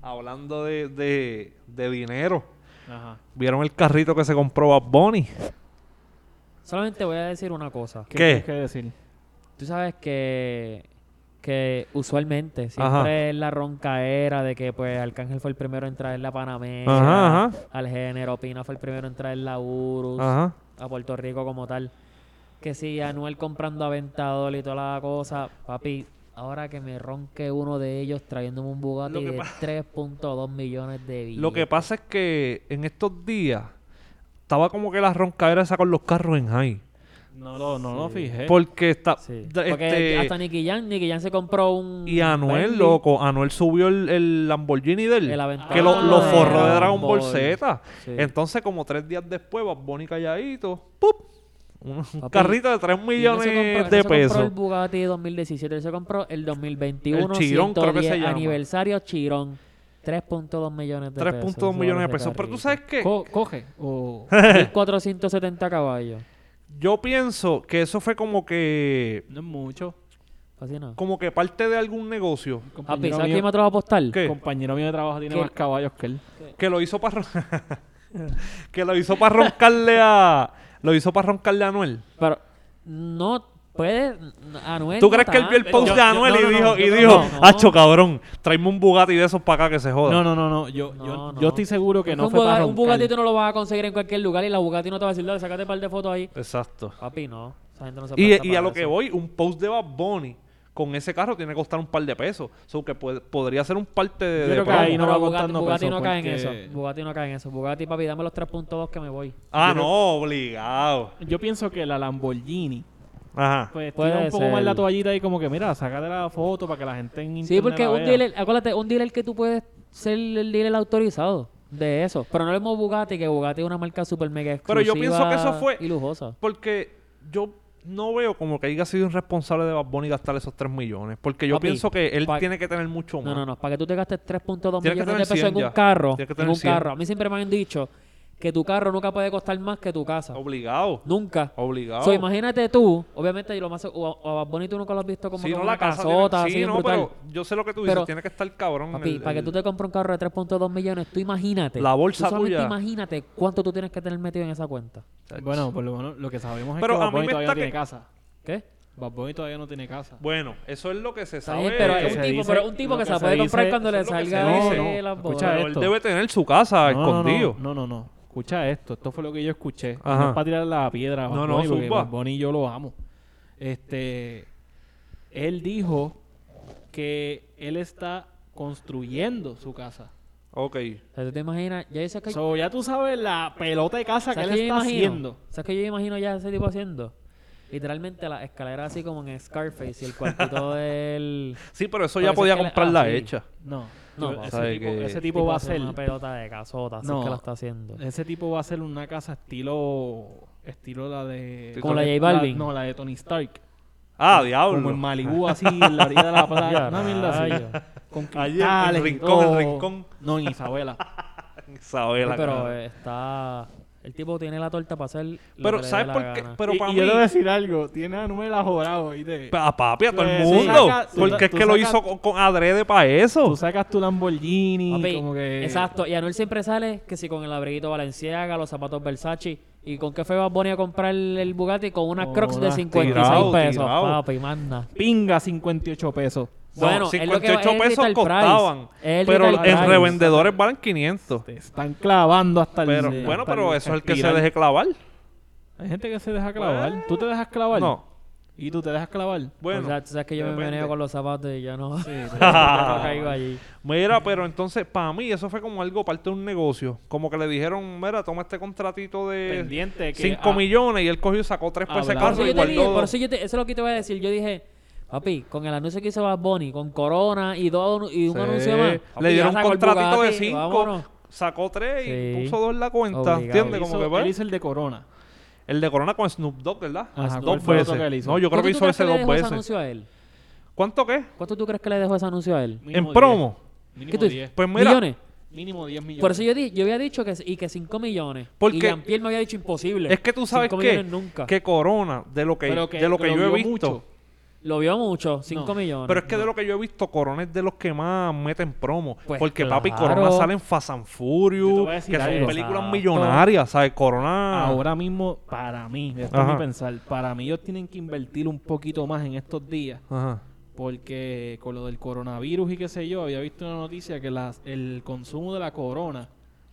Speaker 1: Hablando de, de, de dinero.
Speaker 2: Ajá.
Speaker 1: ¿Vieron el carrito que se compró Bad Bunny?
Speaker 3: Solamente voy a decir una cosa.
Speaker 1: ¿Qué?
Speaker 2: tienes que decir?
Speaker 3: Tú sabes que, que usualmente siempre
Speaker 1: Ajá.
Speaker 3: es la roncaera de que pues Arcángel fue el primero en traer la Panamera,
Speaker 1: Ajá, ajá.
Speaker 3: al género, Pina fue el primero en traer la Urus,
Speaker 1: Ajá.
Speaker 3: a Puerto Rico como tal. Que si Anuel comprando Aventador y toda la cosa, papi, ahora que me ronque uno de ellos trayéndome un
Speaker 1: Lo
Speaker 3: Bugatti
Speaker 1: que
Speaker 3: de
Speaker 1: pa-
Speaker 3: 3.2 millones de billetes.
Speaker 1: Lo que pasa es que en estos días estaba como que la roncadera esa con los carros en high.
Speaker 2: No lo, no lo
Speaker 3: Sí.
Speaker 2: fijé.
Speaker 1: Porque está.
Speaker 3: ¿Eh? Sí.
Speaker 1: da-
Speaker 3: Porque
Speaker 1: este,
Speaker 3: hasta Nicky Jan, Nicky Jan se compró un.
Speaker 1: y Anuel,
Speaker 3: Bentley.
Speaker 1: loco. Anuel subió el, el Lamborghini de él.
Speaker 3: El aventador
Speaker 1: que lo,
Speaker 2: de
Speaker 1: lo forró de Dragon
Speaker 3: Dragon
Speaker 1: Ball
Speaker 3: Ball.
Speaker 1: Z.
Speaker 3: Sí.
Speaker 1: Entonces, como tres días después, Bad Bunny calladito. ¡pup! Un un
Speaker 3: Papi,
Speaker 1: carrito de 3
Speaker 3: Y él no
Speaker 1: millones
Speaker 3: se compró- él no
Speaker 1: de
Speaker 3: se compró el
Speaker 1: pesos.
Speaker 3: Bugatti 2017, él se compró el 2021.
Speaker 1: El Chiron, creo que se
Speaker 3: 110
Speaker 1: llama.
Speaker 3: Aniversario Chirón. 3.2 millones de pesos.
Speaker 1: 3.2 millones de pesos. Pero tú sabes qué?
Speaker 2: Co-
Speaker 1: (laughs)
Speaker 2: coge. O...
Speaker 3: 470 caballos.
Speaker 1: Yo pienso que eso fue como que.
Speaker 2: No es mucho.
Speaker 3: Así no.
Speaker 1: Como que parte de algún negocio.
Speaker 3: Ah,
Speaker 2: Compañero,
Speaker 3: ¿sabes quién me
Speaker 2: mío,
Speaker 3: atrevo a apostar?
Speaker 1: ¿Qué?
Speaker 2: compañero mío de trabajo tiene
Speaker 3: ¿Qué?
Speaker 2: más caballos que él.
Speaker 1: que lo hizo para (laughs) que lo hizo para roncarle a lo hizo para roncarle a Anuel.
Speaker 3: Pero no puede. Anuel.
Speaker 1: ¿Tú
Speaker 3: no
Speaker 1: crees que él vio el
Speaker 3: tanto.
Speaker 1: post
Speaker 2: Yo-
Speaker 1: de
Speaker 2: yo-
Speaker 1: Anuel
Speaker 2: no, no,
Speaker 1: y
Speaker 2: no,
Speaker 1: dijo
Speaker 2: yo
Speaker 1: y
Speaker 2: creo-
Speaker 1: dijo,
Speaker 3: no, no.
Speaker 1: "Acho cabrón, tráeme un Bugatti de esos para acá que se joda."
Speaker 2: No, no, no, no. Yo,
Speaker 3: No,
Speaker 2: yo,
Speaker 3: no.
Speaker 2: yo estoy seguro que
Speaker 3: Es
Speaker 2: no
Speaker 3: un,
Speaker 2: fue para
Speaker 3: Bugatti, un Bugatti
Speaker 2: roncar.
Speaker 3: tú no lo vas a conseguir en cualquier lugar y la Bugatti no te va a decir, dale, sácate un par de fotos ahí.
Speaker 1: Exacto.
Speaker 3: Papi, no. Esa gente no se presta
Speaker 1: Y, y a
Speaker 3: para
Speaker 1: lo que
Speaker 3: eso.
Speaker 1: voy, un post de Bad Bunny con ese carro tiene que costar un par de pesos, so que puede- podría ser un parte de,
Speaker 2: Yo
Speaker 1: de
Speaker 2: creo que
Speaker 1: promo.
Speaker 2: ahí no va
Speaker 3: Pero Bugatti,
Speaker 2: contando
Speaker 3: Bugatti
Speaker 2: pesos
Speaker 3: no cae en
Speaker 2: porque-
Speaker 3: eso. Bugatti no cae en eso. Bugatti, papi, dame los 3.2 que me voy.
Speaker 1: Ah,
Speaker 2: yo creo-
Speaker 1: no, obligado.
Speaker 2: Yo pienso que la Lamborghini
Speaker 1: Ajá.
Speaker 2: pues
Speaker 3: Puede
Speaker 2: tira un poco
Speaker 3: ser.
Speaker 2: más la toallita y como que mira, sácate la foto para que la gente en
Speaker 3: Sí,
Speaker 2: internet
Speaker 3: porque
Speaker 2: la
Speaker 3: un
Speaker 2: vea.
Speaker 3: dealer, acuérdate, un dealer que tú puedes ser el dealer autorizado de eso. Pero no le hemos Bugatti, que Bugatti es una marca super mega exclusiva
Speaker 1: Pero yo pienso que eso fue-
Speaker 3: Y lujosa.
Speaker 1: Porque yo no veo como que haya sido irresponsable de Bad Bunny gastar esos 3 millones, porque yo
Speaker 3: Papi,
Speaker 1: pienso que él
Speaker 3: pa-
Speaker 1: tiene que tener mucho más.
Speaker 3: No, no, no. Para que tú te gastes 3.2
Speaker 1: Tienes que
Speaker 3: millones de
Speaker 1: tener
Speaker 3: pesos
Speaker 1: 100
Speaker 3: en un
Speaker 1: ya.
Speaker 3: carro.
Speaker 1: Tienes que
Speaker 3: En
Speaker 1: tener
Speaker 3: un
Speaker 1: 100.
Speaker 3: carro. A mí siempre me han dicho que tu carro nunca puede costar más que tu casa.
Speaker 1: Obligado.
Speaker 3: Nunca.
Speaker 1: Obligado.
Speaker 3: So, imagínate tú, obviamente, y lo más. O a, o a Bad Bunny tú nunca lo has visto como
Speaker 1: si
Speaker 3: que
Speaker 1: no
Speaker 3: una
Speaker 1: la casa tiene-
Speaker 3: casota,
Speaker 1: sí,
Speaker 3: así,
Speaker 1: no,
Speaker 3: brutal.
Speaker 1: pero yo sé lo que tú dices,
Speaker 3: Pero-
Speaker 1: tiene que estar cabrón.
Speaker 3: Papi,
Speaker 1: el-
Speaker 3: para que
Speaker 1: el-
Speaker 3: tú te compres un carro de 3.2 millones, tú imagínate.
Speaker 1: La bolsa
Speaker 3: tú solamente
Speaker 1: tuya.
Speaker 3: imagínate cuánto tú tienes que tener metido en esa cuenta.
Speaker 2: Bueno, por lo menos lo que sabemos es
Speaker 1: Pero
Speaker 2: que
Speaker 1: a
Speaker 2: Bad
Speaker 1: mí
Speaker 2: Bunny
Speaker 1: me
Speaker 2: todavía
Speaker 1: está
Speaker 2: no tiene
Speaker 1: que-
Speaker 2: casa.
Speaker 3: ¿qué?
Speaker 2: Bad Bunny todavía no tiene casa.
Speaker 1: Bueno, eso es lo que se
Speaker 3: Está
Speaker 1: sabe.
Speaker 3: bien, pero
Speaker 2: que
Speaker 3: es
Speaker 1: que-
Speaker 2: se
Speaker 3: un tipo,
Speaker 2: dice-
Speaker 3: pero es un tipo
Speaker 2: lo
Speaker 3: que
Speaker 2: que
Speaker 3: se la
Speaker 2: se
Speaker 3: puede comprar
Speaker 2: dice-
Speaker 3: cuando le
Speaker 1: eso es lo que
Speaker 3: salga
Speaker 1: se
Speaker 3: de
Speaker 1: dice.
Speaker 3: de
Speaker 2: No,
Speaker 3: las
Speaker 2: no,
Speaker 3: bolas.
Speaker 2: escucha
Speaker 1: pero él
Speaker 2: esto.
Speaker 1: debe tener su casa
Speaker 2: No, no,
Speaker 1: escondido.
Speaker 2: No, no, no, no. Escucha esto. Esto fue lo que yo escuché.
Speaker 1: Ajá.
Speaker 2: No es para tirar la piedra a Bad
Speaker 1: No, no,
Speaker 2: Bunny, porque
Speaker 1: zumba.
Speaker 2: Bad Bunny yo lo amo. Este, él dijo que él está construyendo su casa.
Speaker 1: Ok.
Speaker 3: O sea, ¿Tú te imaginas? Ya dices que hay-
Speaker 2: So, ya tú sabes la pelota de casa que
Speaker 3: ¿Sabes
Speaker 2: él
Speaker 3: qué
Speaker 2: está
Speaker 3: yo imagino?
Speaker 2: haciendo.
Speaker 3: ¿Sabes qué yo imagino ya ese tipo haciendo? Literalmente las escaleras así como en Scarface y el cuartito del...
Speaker 1: Sí, pero eso
Speaker 3: Porque
Speaker 1: ya
Speaker 3: eso
Speaker 1: podía
Speaker 3: es que le-
Speaker 1: comprarla
Speaker 3: ah, sí.
Speaker 1: hecha.
Speaker 2: No,
Speaker 3: No,
Speaker 2: yo-
Speaker 3: va a
Speaker 1: ser
Speaker 2: ese, tipo,
Speaker 1: que-
Speaker 2: ese tipo va a
Speaker 3: hace
Speaker 2: ser
Speaker 3: Una pelota de casota, así
Speaker 2: No. Eh,
Speaker 3: es que la está haciendo.
Speaker 2: ese tipo va a ser una casa estilo estilo la de
Speaker 1: Como la
Speaker 3: de J Balvin.
Speaker 2: no, la de Tony Stark.
Speaker 1: Ah, diablo.
Speaker 2: Como
Speaker 1: (laughs)
Speaker 2: en Malibu así en la orilla de la playa,
Speaker 3: Ya,
Speaker 2: una mierda así.
Speaker 3: rayo.
Speaker 2: Con
Speaker 1: Allí,
Speaker 2: cristales
Speaker 1: el
Speaker 2: y
Speaker 1: rincón, el
Speaker 2: todo.
Speaker 1: rincón.
Speaker 2: No, en Isabela.
Speaker 1: Sabe la
Speaker 3: pero
Speaker 1: cara.
Speaker 3: eh, está... El tipo tiene la torta para hacer lo
Speaker 1: Pero,
Speaker 3: que le dé
Speaker 1: ¿sabes
Speaker 3: la
Speaker 1: por qué?
Speaker 3: gana.
Speaker 1: (laughs) Pero
Speaker 2: y,
Speaker 1: para
Speaker 2: y
Speaker 1: mí.
Speaker 2: yo te voy a decir algo, tiene a Anuel ajorado, ¿viste?
Speaker 1: A Ah, papi, a todo el
Speaker 3: pues,
Speaker 2: Tú
Speaker 1: mundo.
Speaker 2: sacas- tú
Speaker 1: porque
Speaker 2: sa-
Speaker 1: es
Speaker 2: tú
Speaker 1: que lo
Speaker 2: sacas-
Speaker 1: hizo con, con adrede para eso.
Speaker 2: Tú sacas tu Lamborghini,
Speaker 3: Papi,
Speaker 2: como que...
Speaker 3: Exacto, y Anuel siempre sale que si con el abriguito Valenciaga, los zapatos Versace. ¿Y con qué fue Bad Bunny a comprar el, el Bugatti? Con unas
Speaker 2: Con
Speaker 3: Crocs de
Speaker 2: unas
Speaker 3: 56
Speaker 1: tirao,
Speaker 3: pesos,
Speaker 1: tirao.
Speaker 3: papi, manda.
Speaker 2: Pinga 58 pesos.
Speaker 1: No,
Speaker 3: Bueno, es lo que va-
Speaker 1: 58
Speaker 3: es el
Speaker 1: pesos
Speaker 3: retail price,
Speaker 1: costaban.
Speaker 3: es el
Speaker 1: pero
Speaker 3: retail
Speaker 1: en
Speaker 3: price.
Speaker 1: revendedores valen 500.
Speaker 2: Te están clavando hasta
Speaker 1: Pero,
Speaker 2: el...
Speaker 1: bueno,
Speaker 2: hasta
Speaker 1: pero
Speaker 2: el
Speaker 1: eso es el que se
Speaker 2: espiral.
Speaker 1: deje clavar.
Speaker 2: Hay gente que se deja clavar. ¿Tú te dejas clavar?
Speaker 1: No.
Speaker 2: ¿Y tú te dejas clavar?
Speaker 1: Bueno.
Speaker 3: o sea, tú sabes que yo me
Speaker 1: depende.
Speaker 3: meneo con los zapatos y yo (laughs) no, yo no caigo
Speaker 1: Ah.
Speaker 3: allí.
Speaker 1: Mira, pero entonces, para mí, eso fue como algo parte de un negocio. Como que le dijeron, mira, toma este contratito de
Speaker 2: Pendiente que...
Speaker 1: 5
Speaker 2: ah,
Speaker 1: millones y él cogió y sacó 3 pesos de
Speaker 2: Hablando.
Speaker 3: Por
Speaker 1: carro y
Speaker 3: eso, ah, yo te dije,
Speaker 1: guardó
Speaker 3: por
Speaker 1: dos.
Speaker 3: eso yo te- eso es lo que te voy a decir. Yo dije, papi, con el anuncio que hizo Bad Bunny, con Corona y, dos, anu- y un
Speaker 1: Sí.
Speaker 3: anuncio más.
Speaker 1: Le
Speaker 3: papi, ya
Speaker 1: dieron un
Speaker 3: sacó el
Speaker 1: contratito de
Speaker 3: Bugatti,
Speaker 1: 5,
Speaker 3: vámonos.
Speaker 1: sacó 3 y
Speaker 3: Sí.
Speaker 1: puso 2 en la cuenta.
Speaker 3: Obligado.
Speaker 1: ¿Entiendes?
Speaker 2: Él
Speaker 1: Como
Speaker 2: hizo-
Speaker 1: que pues,
Speaker 2: él hizo el de Corona.
Speaker 1: El de Corona con Snoop Dogg, ¿verdad?
Speaker 2: Ajá, ¿cuál
Speaker 1: dos
Speaker 2: fue el otro
Speaker 1: veces.
Speaker 2: que él hizo?
Speaker 1: No, yo creo
Speaker 3: ¿Cuánto
Speaker 1: que
Speaker 3: tú
Speaker 1: hizo
Speaker 3: crees
Speaker 1: ese
Speaker 3: le
Speaker 1: dos
Speaker 3: dejó ese
Speaker 1: veces.
Speaker 3: anuncio a él?
Speaker 1: ¿Cuánto qué?
Speaker 3: ¿Cuánto tú crees que le dejó ese anuncio a él?
Speaker 2: Mínimo
Speaker 1: en
Speaker 2: 10.
Speaker 1: promo.
Speaker 3: ¿Qué
Speaker 2: Mínimo
Speaker 3: tú
Speaker 2: 10.
Speaker 3: dices?
Speaker 1: Pues mira,
Speaker 3: Millones.
Speaker 2: Mínimo 10 millones.
Speaker 3: Por eso yo, di- yo había dicho que, y que 5 millones.
Speaker 1: Porque-
Speaker 3: y Jean-Pierre me había dicho imposible.
Speaker 1: Es que tú sabes
Speaker 3: Cinco
Speaker 1: que,
Speaker 3: millones nunca.
Speaker 1: que Corona, de lo que,
Speaker 2: Pero que-
Speaker 1: de lo que
Speaker 2: lo
Speaker 1: yo he
Speaker 2: vio
Speaker 1: visto.
Speaker 2: mucho.
Speaker 3: Lo vio mucho, 5
Speaker 2: No,
Speaker 3: millones.
Speaker 1: Pero es que de lo que yo he visto, Corona es de los que más meten promo.
Speaker 3: Pues
Speaker 1: porque papi
Speaker 3: claro.
Speaker 1: Corona sale en Fast and
Speaker 2: Yo te
Speaker 1: Furious,
Speaker 2: voy a
Speaker 1: que
Speaker 2: decir
Speaker 1: son
Speaker 2: algo.
Speaker 1: películas
Speaker 3: Exacto.
Speaker 1: millonarias, ¿sabes? Corona.
Speaker 2: Ahora mismo, para mí, esto
Speaker 1: Ah. Ajá.
Speaker 2: es mi pensar, para mí ellos tienen que invertir un poquito más en estos días,
Speaker 1: Ajá.
Speaker 2: porque con lo del coronavirus y qué sé yo, había visto una noticia que las, el consumo de la corona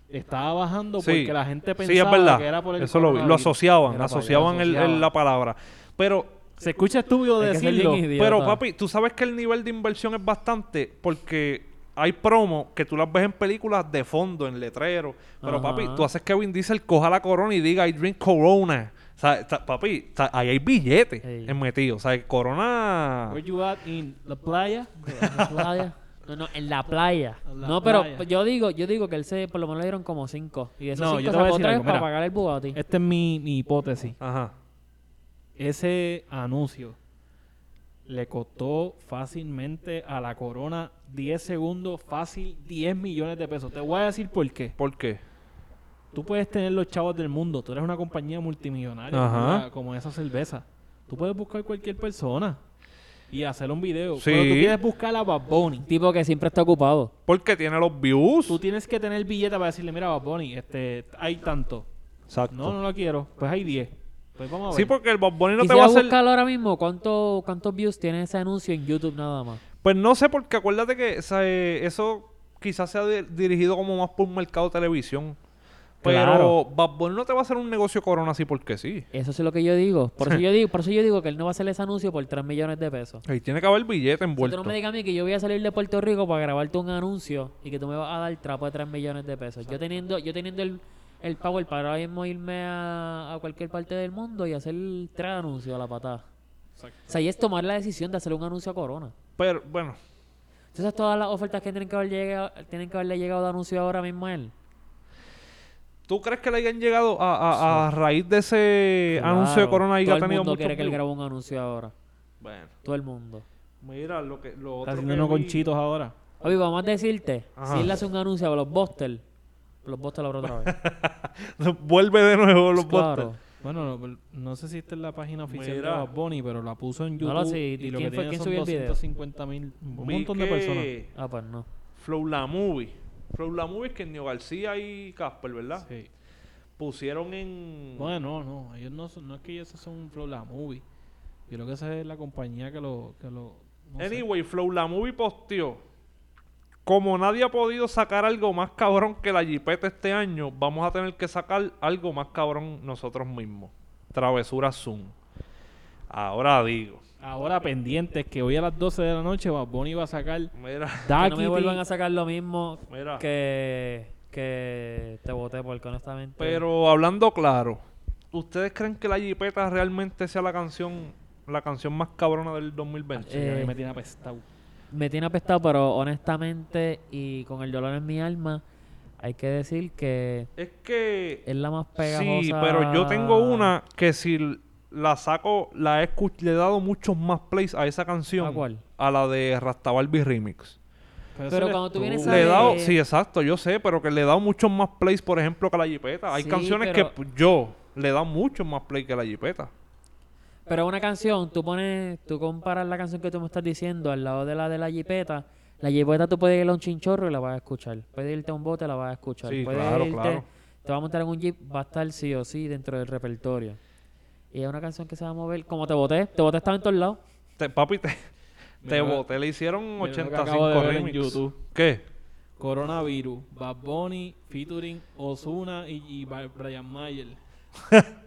Speaker 2: estaba bajando
Speaker 1: Sí.
Speaker 2: porque la gente
Speaker 1: Sí,
Speaker 2: pensaba
Speaker 1: es verdad.
Speaker 2: que era por el
Speaker 1: Eso lo vi. Lo
Speaker 2: coronavirus.
Speaker 1: asociaban,
Speaker 2: Era para allá,
Speaker 1: asociaban el- el-
Speaker 2: asociaban.
Speaker 1: la palabra. Pero,
Speaker 2: Se escucha estúpido
Speaker 3: Hay que ser bien
Speaker 2: decirlo.
Speaker 3: idiota.
Speaker 1: pero papi, tú sabes que el nivel de inversión es bastante porque hay promo que tú las ves en películas de fondo, en letrero. Pero
Speaker 3: Ajá.
Speaker 1: papi, tú haces que Vin Diesel coja la corona y diga, I drink Corona. O sea, está- papi, está- ahí hay billetes
Speaker 3: Ey.
Speaker 1: en metido. O sea, el corona.
Speaker 2: Where you at in la playa?
Speaker 3: En la playa. No, no, en la playa.
Speaker 2: En la
Speaker 3: no, pero
Speaker 2: playa.
Speaker 3: yo digo, yo digo que él se, por lo menos le dieron como cinco. Y de esos
Speaker 2: No,
Speaker 3: cinco
Speaker 2: yo te voy a
Speaker 3: sacó
Speaker 2: decir
Speaker 3: tres
Speaker 2: algo,
Speaker 3: para
Speaker 2: mira.
Speaker 3: pagar el Bugatti.
Speaker 1: Este
Speaker 2: Esta Este es mi, mi hipótesis.
Speaker 1: Ajá.
Speaker 2: Ese anuncio le costó fácilmente a la corona 10 segundos, fácil 10 millones de pesos. Te voy a decir por qué.
Speaker 1: ¿Por qué?
Speaker 2: Tú puedes tener los chavos del mundo. Tú eres una compañía multimillonaria
Speaker 1: Ajá.
Speaker 2: como la- como esa cerveza. Tú puedes buscar cualquier persona y hacer un video.
Speaker 1: Sí.
Speaker 2: Pero tú quieres buscar a Bad Bunny.
Speaker 3: Tipo que siempre está ocupado.
Speaker 1: Porque tiene los views.
Speaker 2: Tú tienes que tener billete para decirle, mira, Bad Bunny, este, hay tanto.
Speaker 1: Exacto.
Speaker 2: No, no lo quiero. Pues hay 10. Pues vamos a ver.
Speaker 1: sí, porque el Bob Bunny no
Speaker 3: y
Speaker 1: te
Speaker 3: si
Speaker 1: va a
Speaker 3: vas a
Speaker 1: hacer.
Speaker 3: buscarlo ahora mismo, ¿cuánto, ¿cuántos views tiene ese anuncio en YouTube nada más?
Speaker 1: Pues no sé, porque acuérdate que esa, eh, eso quizás sea di- dirigido como más por un mercado de televisión. Pero
Speaker 2: Claro.
Speaker 1: Bad Bunny no te va a hacer un negocio corona así porque sí.
Speaker 3: Eso es lo que yo digo. Por eso yo digo, por eso yo digo que él no va a hacer ese anuncio por 3 millones de pesos.
Speaker 1: Ahí tiene que haber billete
Speaker 3: Si tú
Speaker 1: envuelto.
Speaker 3: no me digas a mí que yo voy a salir de Puerto Rico para grabarte un anuncio y que tú me vas a dar trapo de 3 millones de pesos. Yo teniendo, yo teniendo el, el power para ahora mismo irme a, a cualquier parte del mundo y hacer tres anuncios a la patada. O sea, y es tomar la decisión de hacer un anuncio a Corona.
Speaker 1: Pero bueno,
Speaker 3: Entonces todas las ofertas que tienen que haber llegado, tienen que haberle llegado de anuncio ahora mismo a él.
Speaker 1: ¿tú crees que le hayan llegado a, a- a raíz de ese anuncio de
Speaker 3: Claro,
Speaker 1: corona y que
Speaker 3: Todo
Speaker 1: ha
Speaker 3: el
Speaker 1: tenido
Speaker 3: mundo
Speaker 1: mucho
Speaker 3: quiere que él grabe un anuncio ahora.
Speaker 1: Bueno,
Speaker 3: Todo el mundo.
Speaker 1: mira lo que lo otro
Speaker 2: Está haciendo
Speaker 1: que
Speaker 2: unos
Speaker 1: vi-
Speaker 2: conchitos ahora.
Speaker 3: Oye, vamos a decirte,
Speaker 1: Ajá.
Speaker 3: si él hace un anuncio a los Buster, los Buster lo abro otra
Speaker 1: (laughs)
Speaker 3: vez.
Speaker 1: (laughs) Vuelve de nuevo los
Speaker 3: claro.
Speaker 1: postes.
Speaker 2: Bueno, no, no sé si esta es la página oficial
Speaker 1: Mira.
Speaker 2: de Bad Bunny, pero la puso en
Speaker 3: No
Speaker 2: YouTube.
Speaker 3: lo sé,
Speaker 2: Y lo
Speaker 3: ¿quién
Speaker 2: que
Speaker 3: fue-
Speaker 2: tiene
Speaker 3: quién
Speaker 2: son
Speaker 3: subió el video?
Speaker 2: 250 mil. Un
Speaker 1: Vi
Speaker 2: montón de
Speaker 1: que
Speaker 2: personas.
Speaker 3: Ah, pues no.
Speaker 1: Flow La Movie. Flow La Movie es que Neo García y Casper, ¿verdad?
Speaker 2: Sí.
Speaker 1: Pusieron en.
Speaker 2: Bueno, no, no. Ellos no, son- no es que ellos son un flow la movie. Yo creo que esa es la compañía que lo. Que lo no sé.
Speaker 1: Anyway, Flow La Movie posteó. Como nadie ha podido sacar algo más cabrón que la jipeta este año, vamos a tener que sacar algo más cabrón nosotros mismos. Travesura Zoom. Ahora digo.
Speaker 2: Ahora pendientes que hoy a las 12 de la noche Bad Bunny va a sacar.
Speaker 1: Mira,
Speaker 3: Que
Speaker 2: Ducky
Speaker 3: no me vuelvan
Speaker 2: Tea.
Speaker 3: a sacar lo mismo
Speaker 1: mira.
Speaker 3: que, que te voté porque honestamente...
Speaker 1: Pero hablando claro, ¿ustedes creen que la jipeta realmente sea la canción la canción más cabrona del 2020?
Speaker 2: Sí, a mí
Speaker 3: Eh.
Speaker 2: me tiene apestado.
Speaker 3: Me tiene apestado, pero honestamente y con el dolor en mi alma, hay que decir que
Speaker 1: Es que
Speaker 3: es la más pegajosa.
Speaker 1: Sí, pero yo tengo una que si l- la saco, la he escu- le he dado muchos más plays a esa canción.
Speaker 3: ¿A cuál?
Speaker 1: A la de Rastabalbi Remix.
Speaker 3: Pero cuando tú vienes Esa
Speaker 1: Le he dado,
Speaker 3: de-
Speaker 1: sí, exacto, yo sé, pero que le he dado muchos más plays, por ejemplo, que a la Jipeta. Hay
Speaker 3: Sí,
Speaker 1: canciones
Speaker 3: pero-
Speaker 1: que p- yo le he dado muchos más plays que a la Jipeta.
Speaker 3: Pero una canción, tú pones, tú comparas la canción que tú me estás diciendo al lado de la de la jipeta. La jipeta tú puedes ir a un chinchorro y la vas a escuchar. Puedes irte a un bote y la vas a escuchar.
Speaker 1: Sí,
Speaker 3: puedes
Speaker 1: claro,
Speaker 3: irte-
Speaker 1: claro.
Speaker 3: Te vas a montar en un jeep, va a estar sí o sí dentro del repertorio. Y es una canción que se va a mover. Como te boté, te boté estaba en todos lados.
Speaker 1: Te- papi,
Speaker 2: (laughs)
Speaker 1: te, te
Speaker 2: Mira lo-
Speaker 1: boté, le hicieron
Speaker 2: mira lo que acabo
Speaker 1: 85
Speaker 2: de ver en
Speaker 1: remix.
Speaker 2: YouTube.
Speaker 1: ¿Qué?
Speaker 2: Coronavirus, Bad Bunny, featuring Ozuna y, y Ba- Brian Mayer.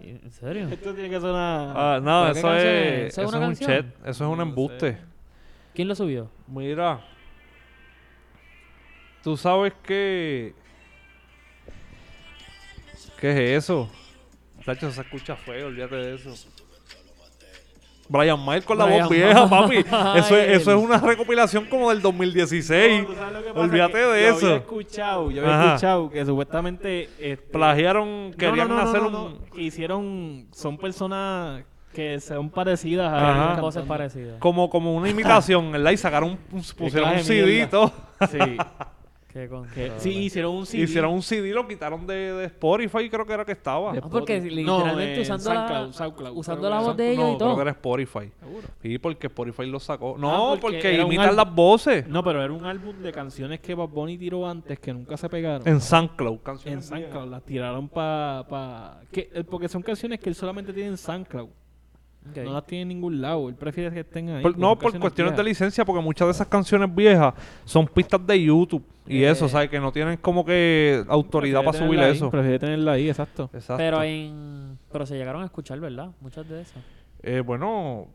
Speaker 3: ¿En serio?
Speaker 2: Esto tiene que sonar.
Speaker 1: Ah, no,
Speaker 3: ¿Pero qué
Speaker 1: eso es, eso
Speaker 3: canción es? ¿Eso es
Speaker 1: es
Speaker 3: una
Speaker 1: un
Speaker 3: canción?
Speaker 1: chat, eso es un
Speaker 2: No sé.
Speaker 1: embuste.
Speaker 3: ¿Quién lo subió?
Speaker 1: Mira, tú sabes que. ¿Qué es eso? Tacho, se escucha feo, olvídate de eso. Brian Mayer con la
Speaker 3: Brian
Speaker 1: voz vieja,
Speaker 3: Mayer.
Speaker 1: papi. Eso es, eso es una recopilación como del 2016.
Speaker 2: No, ¿tú sabes lo que pasa?
Speaker 1: olvídate
Speaker 2: Que
Speaker 1: de
Speaker 2: Yo había
Speaker 1: eso.
Speaker 2: escuchado, yo había
Speaker 1: Ajá.
Speaker 2: escuchado que supuestamente. este,
Speaker 1: Plagiaron,
Speaker 2: no,
Speaker 1: querían
Speaker 2: no, no, no,
Speaker 1: hacer
Speaker 2: no,
Speaker 1: un.
Speaker 2: no, que hicieron. Son personas que son parecidas a.
Speaker 1: Ajá.
Speaker 2: ellos
Speaker 3: Voces
Speaker 2: cantando.
Speaker 3: parecidas.
Speaker 1: Como, como una
Speaker 2: (laughs)
Speaker 1: imitación, ¿verdad? Y sacaron un, un- pusieron un
Speaker 2: clase de
Speaker 1: CD y
Speaker 2: mierda.
Speaker 1: todo. Ah,
Speaker 2: Sí.
Speaker 3: Qué
Speaker 2: que-
Speaker 3: control.
Speaker 2: sí, hicieron un CD.
Speaker 1: Hicieron un CD, lo quitaron de, de Spotify, creo que era que estaba.
Speaker 2: De
Speaker 3: Ah, porque
Speaker 2: Spotify.
Speaker 3: literalmente
Speaker 2: No, eh,
Speaker 3: usando
Speaker 2: SoundCloud,
Speaker 3: la,
Speaker 2: SoundCloud,
Speaker 3: usando
Speaker 2: creo
Speaker 3: la
Speaker 2: que
Speaker 3: voz
Speaker 2: era.
Speaker 3: de ellos
Speaker 1: no,
Speaker 3: y todo.
Speaker 1: creo que era Spotify.
Speaker 2: Seguro.
Speaker 1: Sí, porque Spotify lo sacó. No,
Speaker 2: porque
Speaker 1: porque,
Speaker 2: era un
Speaker 1: imitan
Speaker 2: álbum.
Speaker 1: las voces.
Speaker 2: No, pero era un álbum de canciones que Bad Bunny tiró antes que nunca se pegaron.
Speaker 1: En SoundCloud.
Speaker 2: En
Speaker 1: Canciones viejas.
Speaker 2: SoundCloud, las tiraron para... Pa, que- eh, porque son canciones que él solamente tiene en SoundCloud.
Speaker 3: Ok.
Speaker 2: No las tiene en ningún lado. Él prefiere que estén ahí.
Speaker 1: Por- no, por cuestiones de licencia, porque muchas de esas canciones viejas son pistas de YouTube. Y
Speaker 2: Eh.
Speaker 1: eso, ¿sabes? Que no tienen como que autoridad para subir eso.
Speaker 2: Prefiere tenerla ahí, exacto.
Speaker 1: Exacto.
Speaker 3: Pero en pero se llegaron a escuchar, ¿verdad? Muchas de esas.
Speaker 1: Eh, bueno,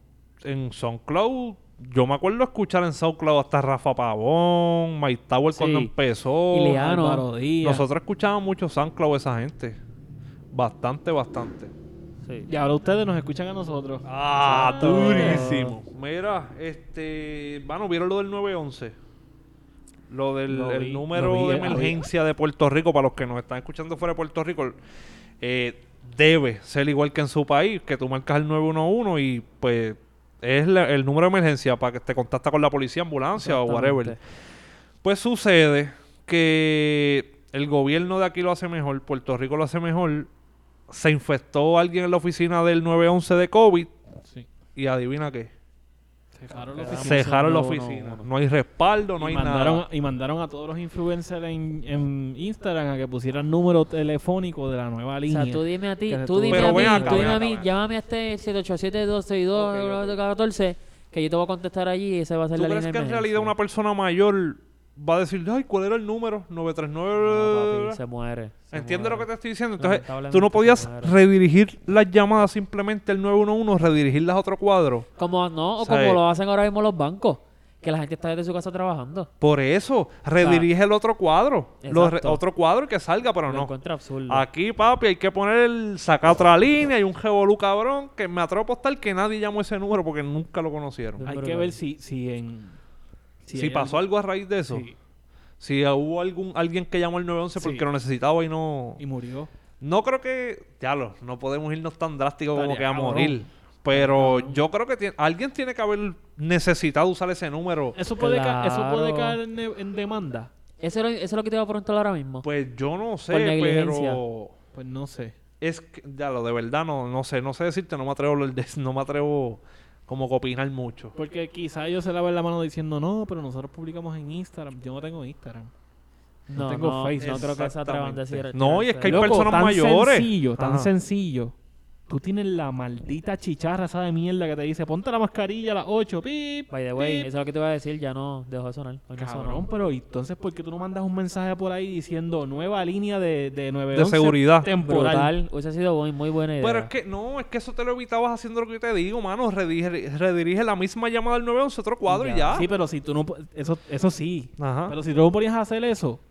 Speaker 1: en SoundCloud... Yo me acuerdo escuchar en SoundCloud hasta Rafa Pavón, Mike Tower
Speaker 3: Sí.
Speaker 1: cuando empezó.
Speaker 3: Y Leal. Ah, no.
Speaker 2: Álvaro Díaz.
Speaker 1: Nosotros escuchábamos mucho SoundCloud esa gente. Bastante, bastante.
Speaker 3: Sí.
Speaker 2: Y ahora ustedes nos escuchan a nosotros.
Speaker 1: Ah,
Speaker 3: Exacto.
Speaker 1: durísimo. Mira, este. Bueno, ¿vieron lo del 911? Lo del
Speaker 2: Lo
Speaker 1: el
Speaker 2: vi,
Speaker 1: número
Speaker 2: lo vi,
Speaker 1: de
Speaker 2: lo vi.
Speaker 1: emergencia de Puerto Rico, para los que nos están escuchando fuera de Puerto Rico, eh, debe ser igual que en su país, que tú marcas el 911 y pues es la- el número de emergencia para que te contacta con la policía, ambulancia o whatever. Pues sucede que el gobierno de aquí lo hace mejor, Puerto Rico lo hace mejor. Se infectó alguien en la oficina del 911 de COVID
Speaker 2: Sí.
Speaker 1: y adivina qué.
Speaker 2: Cejaron la
Speaker 3: Se
Speaker 2: oficina.
Speaker 1: Cejaron la
Speaker 2: No, no,
Speaker 1: oficina.
Speaker 2: no.
Speaker 1: No hay respaldo, no
Speaker 2: y,
Speaker 1: hay
Speaker 2: mandaron,
Speaker 1: nada.
Speaker 2: y mandaron a todos los influencers en, en Instagram a que pusieran número telefónico de la nueva
Speaker 3: O
Speaker 2: línea.
Speaker 3: sea, tú dime a ti,
Speaker 2: Que se
Speaker 3: tú
Speaker 2: tuvo-
Speaker 3: dime
Speaker 1: Pero
Speaker 3: a mí,
Speaker 1: ven acá,
Speaker 3: tú dime
Speaker 1: ven
Speaker 3: a mí,
Speaker 1: acá, ven.
Speaker 3: llámame a este 787-262-14, que yo te voy a contestar allí y esa va a ser
Speaker 1: ¿Tú
Speaker 3: la
Speaker 1: crees
Speaker 3: línea
Speaker 1: que
Speaker 3: de
Speaker 1: en realidad una
Speaker 3: emergencia.
Speaker 1: persona mayor va a decir, ay, ¿cuál era el número? 939.
Speaker 3: No, papi, se muere. se
Speaker 1: ¿Entiendes lo
Speaker 3: muere.
Speaker 1: que te estoy diciendo? Entonces, tú no
Speaker 3: Lamentablemente,
Speaker 1: podías
Speaker 3: se muere.
Speaker 1: redirigir las llamadas simplemente al 911, redirigirlas a otro cuadro.
Speaker 3: Como no, o
Speaker 1: ¿Sabes?
Speaker 3: como lo hacen ahora mismo los bancos, que la gente está desde su casa trabajando.
Speaker 1: Por eso, redirige el otro cuadro. Lo re-
Speaker 3: Exacto.
Speaker 1: otro cuadro que salga, pero
Speaker 3: Lo
Speaker 1: no. Ah,
Speaker 3: encuentro absurdo.
Speaker 1: Aquí, papi, hay que poner el saca otra línea y un revolú cabrón que me atrevo a apostar que nadie llamó ese número porque nunca lo conocieron.
Speaker 3: Ay,
Speaker 2: Hay
Speaker 3: Pero
Speaker 2: que
Speaker 3: no.
Speaker 2: ver si, si en...
Speaker 1: Si,
Speaker 2: hay
Speaker 1: pasó algo a raíz de eso.
Speaker 2: Sí.
Speaker 1: Si hubo algún alguien que llamó el 911 porque
Speaker 2: Sí.
Speaker 1: lo necesitaba y no
Speaker 2: Y murió.
Speaker 1: no creo que ya lo, no podemos irnos tan drástico como
Speaker 2: Estaría
Speaker 1: que a
Speaker 2: cabrón.
Speaker 1: morir, pero yo creo que tiene- alguien tiene que haber necesitado usar ese número.
Speaker 2: Eso puede, ca- eso puede caer
Speaker 3: Claro.
Speaker 2: en, en demanda.
Speaker 3: Eso, era- eso es lo que te iba a preguntar ahora mismo.
Speaker 1: Pues yo no sé,
Speaker 3: Por negligencia.
Speaker 1: pero
Speaker 2: Pues no sé.
Speaker 1: es que, ya lo de verdad no no sé, no sé decirte, no me atrevo a hablar de- no me atrevo como que a opinar mucho.
Speaker 2: Porque quizá ellos se lavan la mano diciendo, no, pero nosotros publicamos en Instagram. Yo no tengo Instagram.
Speaker 3: no,
Speaker 2: no tengo Facebook.
Speaker 3: No creo que se atrevan a decir.
Speaker 1: Exactamente. No, y es que hay
Speaker 2: Loco,
Speaker 1: personas
Speaker 2: tan
Speaker 1: mayores.
Speaker 2: sencillo, tan
Speaker 1: Ajá.
Speaker 2: sencillo. Tú tienes la maldita chicharra esa de mierda que te dice, ponte la mascarilla a las 8, pip,
Speaker 3: By the way,
Speaker 2: pip".
Speaker 3: eso es lo que te iba a decir, ya no dejó de sonar. Hoy no
Speaker 2: Cabrón,
Speaker 3: sonó.
Speaker 2: pero ¿y entonces ¿por qué tú no mandas un mensaje por ahí diciendo nueva línea de, de
Speaker 1: De
Speaker 2: 911
Speaker 1: seguridad.
Speaker 2: temporal?
Speaker 3: Brutal. Hubiese sido muy, muy buena idea.
Speaker 1: Pero es que no, es que eso te lo evitabas haciendo lo que yo te digo, mano. Redirige, redirige la misma llamada al 911 otro cuadro y ya.
Speaker 2: Sí, pero si tú no... po- Eso, eso sí.
Speaker 1: Ajá.
Speaker 2: Pero si tú no ponías a hacer eso,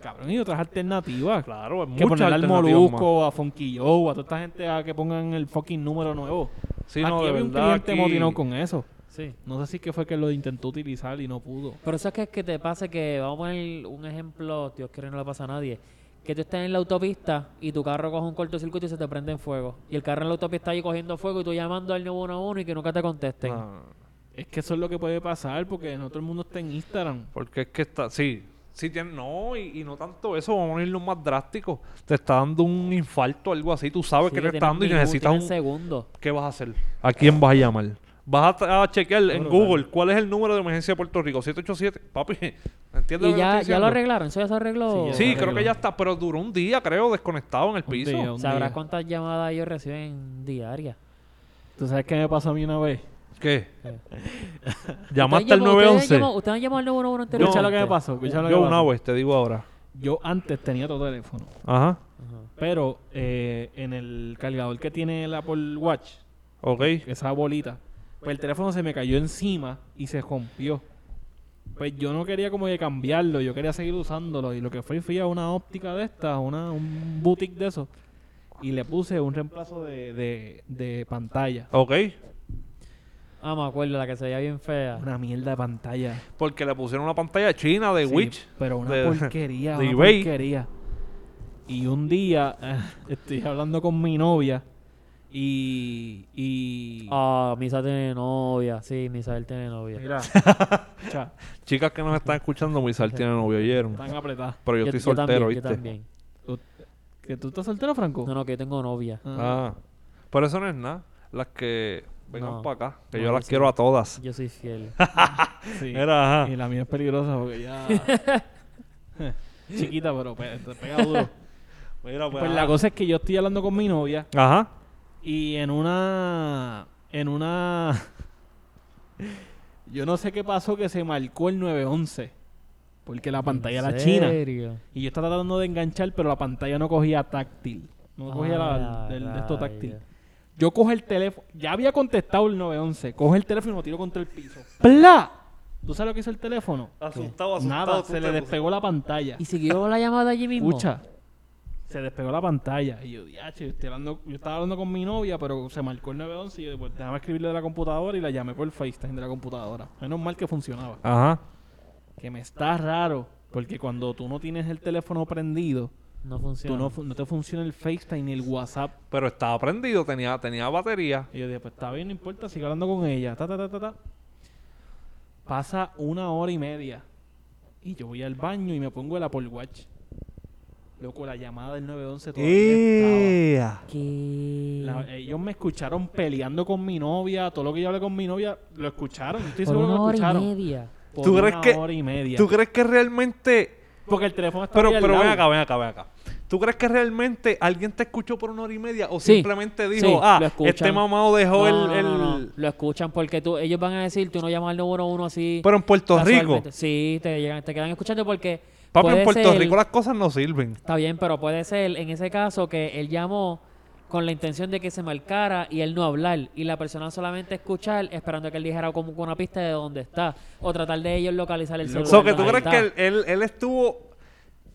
Speaker 2: cabrón, y otras alternativas.
Speaker 1: claro, es
Speaker 2: Que
Speaker 1: muchas
Speaker 2: ponerle al
Speaker 1: alternativas
Speaker 2: Molusco, a Funky Joe, a toda esta gente a que pongan el fucking número nuevo.
Speaker 1: más. Sí,
Speaker 2: aquí
Speaker 1: no, de
Speaker 2: había un
Speaker 1: verdad,
Speaker 2: cliente
Speaker 1: aquí-
Speaker 2: motinado con eso.
Speaker 3: Sí.
Speaker 2: No sé si que fue que lo intentó utilizar y no pudo.
Speaker 3: Pero eso es que, que te pasa que, vamos a poner un ejemplo, Dios quiere no le pasa a nadie, que tú estás en la autopista y tu carro coge un cortocircuito y se te prende en fuego. Y el carro en la autopista ahí cogiendo fuego y tú llamando al 911 y que nunca te contesten.
Speaker 1: No,
Speaker 2: Es que eso es lo que puede pasar porque no todo el mundo está en Instagram.
Speaker 1: porque es que está, sí, sí tiene, no, y, y no tanto eso, vamos a irnos más drásticos. Te está dando un infarto o algo así, tú sabes
Speaker 3: Sí,
Speaker 1: que te
Speaker 3: tienen
Speaker 1: está dando y
Speaker 3: minutos,
Speaker 1: necesitas
Speaker 3: tienen
Speaker 1: un...
Speaker 3: segundo.
Speaker 1: ¿Qué vas a hacer? ¿A quién vas a llamar? Vas a, a chequear en
Speaker 2: Brutal.
Speaker 1: Google cuál es el número de emergencia de Puerto Rico, 787, papi, (laughs) ¿entiendes
Speaker 3: Y
Speaker 1: lo que estoy
Speaker 3: ya, ya lo
Speaker 1: diciendo?
Speaker 3: arreglaron, eso ya se arregló.
Speaker 2: Sí, ya
Speaker 1: Sí,
Speaker 2: Arreglo.
Speaker 1: creo que ya está, pero duró un día, creo, desconectado en el
Speaker 2: Un
Speaker 1: piso.
Speaker 2: día, un
Speaker 3: ¿Sabrás
Speaker 2: día.
Speaker 3: cuántas llamadas ellos reciben diarias?
Speaker 2: ¿Tú sabes qué me pasó a mí una vez? (laughs)
Speaker 1: ¿Qué?
Speaker 3: Eh.
Speaker 1: ¿Llamaste al
Speaker 3: ¿Ustedes llamó- ustedes
Speaker 1: 911?
Speaker 3: llamó- Ustedes han llamado al 911
Speaker 1: No.
Speaker 2: Escucha lo que me
Speaker 3: anteriormente?
Speaker 2: pasó. Escucha lo que
Speaker 1: Yo
Speaker 2: me
Speaker 1: una
Speaker 2: pasó.
Speaker 1: vez, te digo ahora.
Speaker 2: Yo antes tenía otro teléfono,
Speaker 1: Ajá,
Speaker 3: Ajá.
Speaker 2: pero eh, en el cargador que tiene el Apple Watch,
Speaker 1: ok.
Speaker 2: esa bolita. Pues el teléfono se me cayó encima y se rompió. Pues yo no quería como que cambiarlo, yo quería seguir usándolo. Y lo que fue fui a una óptica de estas, una, un boutique de eso. Y le puse un reemplazo de, de- de pantalla.
Speaker 1: Ok.
Speaker 3: Ah, me acuerdo, la que se veía bien fea.
Speaker 2: Una mierda de pantalla.
Speaker 1: Porque le pusieron una pantalla china de
Speaker 2: Sí,
Speaker 1: Witch.
Speaker 2: Pero una
Speaker 1: de-
Speaker 2: porquería,
Speaker 1: (laughs) de
Speaker 2: una
Speaker 1: eBay.
Speaker 2: porquería. Y un día (laughs) estoy hablando con mi novia y... y
Speaker 3: Ah, Misa tiene novia. Sí, Misael tiene
Speaker 2: (laughs)
Speaker 3: novia. (laughs)
Speaker 2: Mira, cha,
Speaker 1: Chicas que nos están escuchando, Misal tiene novio, ¿oyeron?
Speaker 2: están apretadas.
Speaker 1: Pero yo estoy
Speaker 3: también,
Speaker 1: soltero,
Speaker 3: Yo
Speaker 1: ¿viste?
Speaker 3: también.
Speaker 2: ¿Tú- ¿Que tú estás soltero, Franco?
Speaker 3: No, no, que yo tengo novia.
Speaker 1: Ah. Pero eso no es nada. Las que vengan
Speaker 3: No.
Speaker 1: para acá, que
Speaker 3: No,
Speaker 1: yo
Speaker 3: yo
Speaker 1: las
Speaker 3: sí.
Speaker 1: quiero a todas.
Speaker 3: Yo
Speaker 2: (laughs)
Speaker 3: soy fiel.
Speaker 2: Sí.
Speaker 1: Era,
Speaker 2: Y
Speaker 1: ajá.
Speaker 2: la mía es peligrosa porque
Speaker 3: (laughs)
Speaker 2: ya... (laughs) Chiquita, pero pe- te pega
Speaker 3: (laughs)
Speaker 2: duro.
Speaker 1: Mira,
Speaker 2: Pues
Speaker 3: Ah.
Speaker 2: la cosa es que yo estoy hablando con mi novia
Speaker 1: Ajá.
Speaker 2: y en una... En una... (laughs) Yo no sé qué pasó que se marcó el 911. Porque la pantalla
Speaker 3: ¿En
Speaker 2: era china.
Speaker 3: serio?
Speaker 2: Y yo estaba tratando de enganchar, pero la pantalla no cogía táctil. No cogía la,
Speaker 3: Ah,
Speaker 2: del- de esto táctil.
Speaker 3: rayos.
Speaker 2: Yo cojo el teléfono. Ya había contestado el 911. Cojo el teléfono y lo tiro contra el piso. ¡Pla! ¿Tú sabes lo que hizo el teléfono?
Speaker 1: Asustado, asustado.
Speaker 2: Nada,
Speaker 1: tú
Speaker 2: se
Speaker 1: te
Speaker 2: le
Speaker 1: pus-
Speaker 2: despegó la pantalla.
Speaker 3: ¿Y siguió la llamada allí mismo?
Speaker 2: Escucha, Se despegó la pantalla. Y yo, diache, estoy hablando- yo estaba hablando con mi novia, pero se marcó el 911 y yo, pues déjame escribirle de la computadora y la llamé por FaceTime de la computadora. Menos mal que funcionaba.
Speaker 1: Ajá.
Speaker 2: Que me está raro, porque cuando tú no tienes el teléfono prendido,
Speaker 3: No funciona.
Speaker 2: tú no, fu- no te funciona el FaceTime ni el WhatsApp.
Speaker 1: Pero estaba prendido, tenía, tenía batería.
Speaker 2: Y yo dije, pues está bien, no importa, sigo hablando con ella. Ta, ta, ta, ta, ta. Pasa una hora y media. Y yo voy al baño y me pongo el Apple Watch. Loco, la llamada del 911 todavía estaba.
Speaker 1: ¡Ea!
Speaker 3: Que-
Speaker 2: La- eh, ellos me escucharon peleando con mi novia. Todo lo que yo hablé con mi novia, lo escucharon. yo Estoy
Speaker 3: por
Speaker 2: seguro que
Speaker 3: una
Speaker 2: lo
Speaker 3: hora
Speaker 2: escucharon.
Speaker 3: y media.
Speaker 2: Por
Speaker 1: ¿Tú
Speaker 2: una
Speaker 1: crees que-
Speaker 2: hora y media.
Speaker 1: ¿Tú crees que realmente
Speaker 2: Porque el teléfono está
Speaker 1: Pero,
Speaker 2: ahí al
Speaker 1: pero ven
Speaker 2: lado.
Speaker 1: acá, ven acá, ven acá. ¿Tú crees que realmente alguien te escuchó por una hora y media o
Speaker 3: Sí,
Speaker 1: simplemente dijo,
Speaker 3: sí,
Speaker 1: ah,
Speaker 3: lo escuchan.
Speaker 1: este mamado dejó
Speaker 3: No,
Speaker 1: el,
Speaker 3: no, no,
Speaker 1: el-
Speaker 3: no, no. Lo escuchan porque tú, ellos van a decir, tú no llamas al 911 así.
Speaker 1: Pero en Puerto Rico,
Speaker 3: casualmente. Sí, te, llegan- te quedan escuchando porque...
Speaker 1: papi, en
Speaker 3: puede
Speaker 1: Puerto
Speaker 3: ser-
Speaker 1: Rico las cosas no sirven.
Speaker 3: Está bien, pero puede ser en ese caso que él llamó con la intención de que se marcara y él no hablar y la persona solamente escuchar esperando que él dijera como una pista de dónde está o tratar de ellos localizar el
Speaker 1: O
Speaker 3: celular.
Speaker 1: sea, que tú
Speaker 3: donde
Speaker 1: crees que él,
Speaker 3: está.
Speaker 1: él- él estuvo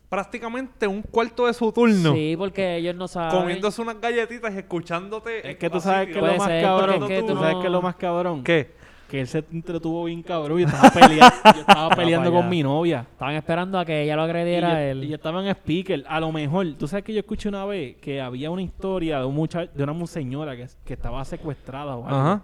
Speaker 1: prácticamente un cuarto de su turno
Speaker 3: Sí, porque ellos no saben.
Speaker 1: comiéndose unas galletitas y escuchándote.
Speaker 2: Es que tú
Speaker 1: así,
Speaker 2: sabes que
Speaker 1: tío.
Speaker 2: lo
Speaker 3: Puede
Speaker 2: más
Speaker 3: ser, porque
Speaker 2: cabrón.
Speaker 3: es que
Speaker 2: tú
Speaker 3: tú
Speaker 2: sabes
Speaker 3: no-
Speaker 2: que lo más cabrón.
Speaker 1: ¿Qué?
Speaker 2: Que él se entretuvo
Speaker 1: (laughs)
Speaker 2: bien cabrón. Yo estaba peleando, yo estaba peleando con
Speaker 3: allá.
Speaker 2: mi novia.
Speaker 3: Estaban esperando a que ella lo
Speaker 2: Y
Speaker 3: agrediera
Speaker 2: yo,
Speaker 3: a
Speaker 2: y yo
Speaker 3: él.
Speaker 2: estaba en speaker. A lo mejor, tú sabes que yo escuché una vez que había una historia de, un mucha- de una señora que, que estaba secuestrada o algo.
Speaker 1: Ajá.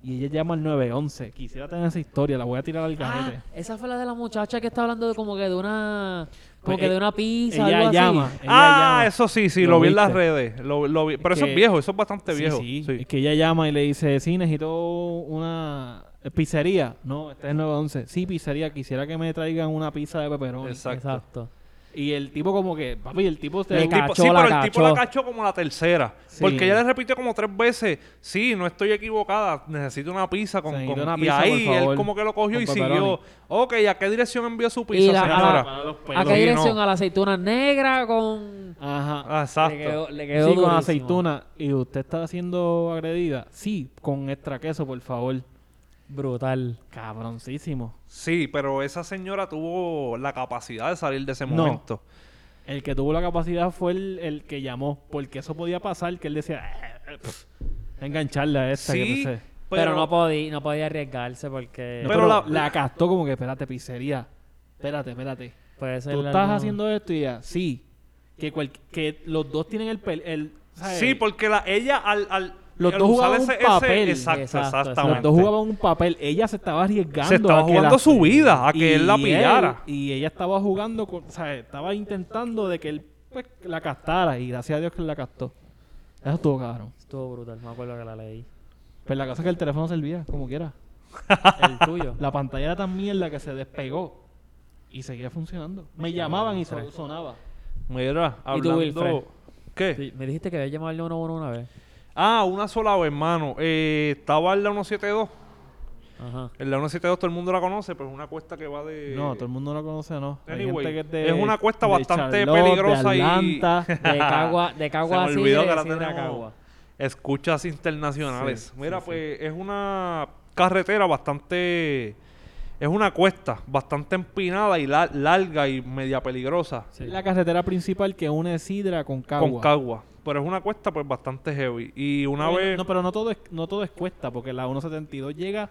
Speaker 2: Y ella llama al 911. Quisiera tener esa historia, la voy a tirar al
Speaker 3: Ah,
Speaker 2: garete.
Speaker 3: esa fue la de la muchacha que está hablando de como que de una como
Speaker 2: Pues,
Speaker 3: que
Speaker 2: eh,
Speaker 3: de una pizza algo
Speaker 2: ella
Speaker 3: así.
Speaker 2: llama. ella
Speaker 1: Ah,
Speaker 2: llama.
Speaker 1: eso sí, sí,
Speaker 2: Lo
Speaker 1: lo, vi en las
Speaker 2: viste.
Speaker 1: redes. Lo, lo vi. Pero eso
Speaker 2: que-
Speaker 1: es viejo, eso es bastante este
Speaker 2: Sí,
Speaker 1: viejo.
Speaker 2: sí.
Speaker 1: sí.
Speaker 2: Es que ella llama y le dice, sí, necesito una pizzería. No, este es el 911. Sí, pizzería, quisiera que me traigan una pizza de pepperoni.
Speaker 1: Exacto.
Speaker 3: Exacto.
Speaker 2: Y el tipo como que, papi, el tipo... se-
Speaker 3: Le
Speaker 1: El tipo-
Speaker 3: cachó,
Speaker 1: sí, pero
Speaker 3: la
Speaker 1: el tipo la
Speaker 3: cachó.
Speaker 1: cachó como la tercera.
Speaker 2: Sí.
Speaker 1: Porque ella le repitió como tres veces, sí, no estoy equivocada, necesito una pizza con...
Speaker 2: Se necesita
Speaker 1: con-
Speaker 2: una
Speaker 1: y
Speaker 2: pizza,
Speaker 1: ahí
Speaker 2: por favor,
Speaker 1: él como que lo cogió
Speaker 2: con
Speaker 1: y
Speaker 2: pepperoni.
Speaker 1: siguió. Ok, ¿a qué dirección envió su
Speaker 3: Y
Speaker 1: pizza,
Speaker 3: la- a la-
Speaker 1: señora?
Speaker 2: Para los pelos.
Speaker 3: ¿A qué
Speaker 1: Sí,
Speaker 3: dirección?
Speaker 1: no.
Speaker 3: A la aceituna negra con
Speaker 2: Ajá.
Speaker 1: Ah,
Speaker 3: Le
Speaker 1: exacto.
Speaker 3: quedó, le
Speaker 2: Sí,
Speaker 3: quedó
Speaker 2: con
Speaker 3: durísimo.
Speaker 2: aceituna. ¿Y usted está siendo agredida? Sí, con extra queso, por favor.
Speaker 3: Brutal.
Speaker 2: Cabroncísimo.
Speaker 1: Sí, pero esa señora tuvo la capacidad de salir de ese
Speaker 2: No.
Speaker 1: momento.
Speaker 2: El que tuvo la capacidad fue el, el que llamó, porque eso podía pasar, que él decía, "Eh, eh, pff, engancharla a esta,
Speaker 1: Sí,
Speaker 2: que no sé.
Speaker 3: Pero,
Speaker 1: pero,
Speaker 3: no, podía, no podía arriesgarse porque
Speaker 2: No,
Speaker 1: pero
Speaker 2: pero
Speaker 1: la-
Speaker 2: la, castó como que, espérate, pizzería. Espérate, espérate.
Speaker 3: puede ser
Speaker 2: Tú
Speaker 3: la-
Speaker 2: estás
Speaker 3: no.
Speaker 2: haciendo esto y ya, sí. Que, cual- que los dos tienen el... pel- el ¿sabes?
Speaker 1: Sí, porque la, ella al... al
Speaker 2: Los
Speaker 1: al
Speaker 2: dos
Speaker 1: usar
Speaker 2: jugaban un papel.
Speaker 1: Exacto,
Speaker 3: Exacto,
Speaker 1: exactamente.
Speaker 2: Los dos jugaban un papel. Ella se estaba arriesgando.
Speaker 1: Se estaba
Speaker 2: a que
Speaker 1: jugando
Speaker 2: la-
Speaker 1: su vida, a que él la
Speaker 2: Y
Speaker 1: pillara.
Speaker 2: y ella estaba jugando, con, o sea, estaba intentando de que él pues, la castara. Y gracias a Dios que él la castó. Eso estuvo cabrón.
Speaker 3: Estuvo brutal, me acuerdo que
Speaker 2: (laughs)
Speaker 3: la leí.
Speaker 2: Pero la cosa es que el teléfono servía, como quiera.
Speaker 3: El tuyo.
Speaker 2: La pantalla era tan mierda que se despegó. Y seguía funcionando. Me llamaban y so- sonaba.
Speaker 1: Mira,
Speaker 3: ¿Y tú, Wilfred?
Speaker 1: hablando... ¿Qué?
Speaker 3: Sí, me dijiste que había llamado al 911 una vez.
Speaker 1: Ah, una sola vez, hermano. Eh, estaba en la 172.
Speaker 3: Ajá.
Speaker 1: En la 172 todo el mundo la conoce, pero es una cuesta que va de...
Speaker 2: No, todo el mundo la conoce, no. Hay
Speaker 1: Eh, Anyway,
Speaker 2: gente que es, de-
Speaker 1: es una cuesta
Speaker 2: de
Speaker 1: bastante
Speaker 2: Charlotte, de
Speaker 1: peligrosa y-
Speaker 2: Atlanta.
Speaker 3: De Cagua, de Cagua
Speaker 1: Se me
Speaker 3: así,
Speaker 1: olvidó
Speaker 3: de
Speaker 1: que la
Speaker 3: Sidra a
Speaker 1: tenemos.
Speaker 3: Cagua.
Speaker 1: Escuchas internacionales.
Speaker 2: Sí,
Speaker 1: Mira,
Speaker 2: sí,
Speaker 1: pues es una carretera bastante... Es una cuesta bastante empinada y la- larga y media peligrosa
Speaker 3: Sí.
Speaker 2: La carretera principal que une Sidra con Cagua.
Speaker 1: con Cagua. Pero es una cuesta pues bastante heavy. Y una
Speaker 2: Oye, no-
Speaker 1: vez...
Speaker 2: No, pero no todo es, no todo es cuesta, porque la 172 llega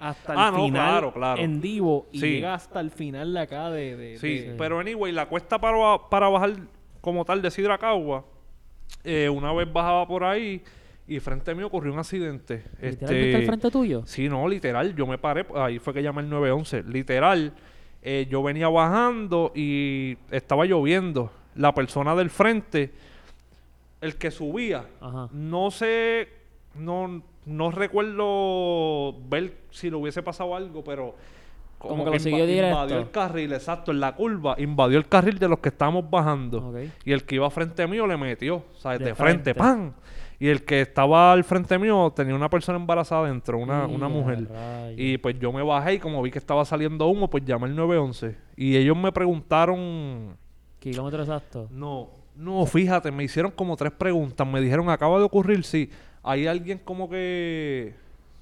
Speaker 2: hasta el
Speaker 1: Ah, no,
Speaker 2: final
Speaker 1: claro, claro.
Speaker 2: en Divo y
Speaker 1: Sí.
Speaker 2: llega hasta el final de acá de... de-
Speaker 1: Sí, pues,
Speaker 2: de-
Speaker 1: pero anyway, la cuesta para, para bajar como tal de Sidra a Cagua, eh, una vez bajaba por ahí y frente mío ocurrió un accidente.
Speaker 3: Literalmente
Speaker 1: Este,
Speaker 3: al frente tuyo.
Speaker 1: Sí, no, literal, yo me paré, ahí fue que llamé el 911, literal, eh, yo venía bajando y estaba lloviendo. La persona del frente, el que subía,
Speaker 3: Ajá.
Speaker 1: no sé, no, no recuerdo ver si le hubiese pasado algo, pero
Speaker 3: Como que lo siguió directo.
Speaker 1: invadió el carril, exacto, en la curva, invadió el carril de los que estábamos bajando.
Speaker 3: Ok.
Speaker 1: Y el que iba frente mío le metió, o sea, de,
Speaker 3: De
Speaker 1: frente,
Speaker 3: frente.
Speaker 1: ¡pam! Y el que estaba al frente mío tenía una persona embarazada dentro, una, una
Speaker 3: Y a
Speaker 1: mujer.
Speaker 3: rayos.
Speaker 1: Y pues yo me bajé y como vi que estaba saliendo humo, pues llamé al 911. Y ellos me preguntaron...
Speaker 3: Kilómetro exacto.
Speaker 1: No, no, fíjate, me hicieron como tres preguntas. Me dijeron, acaba de ocurrir, sí. Hay alguien como que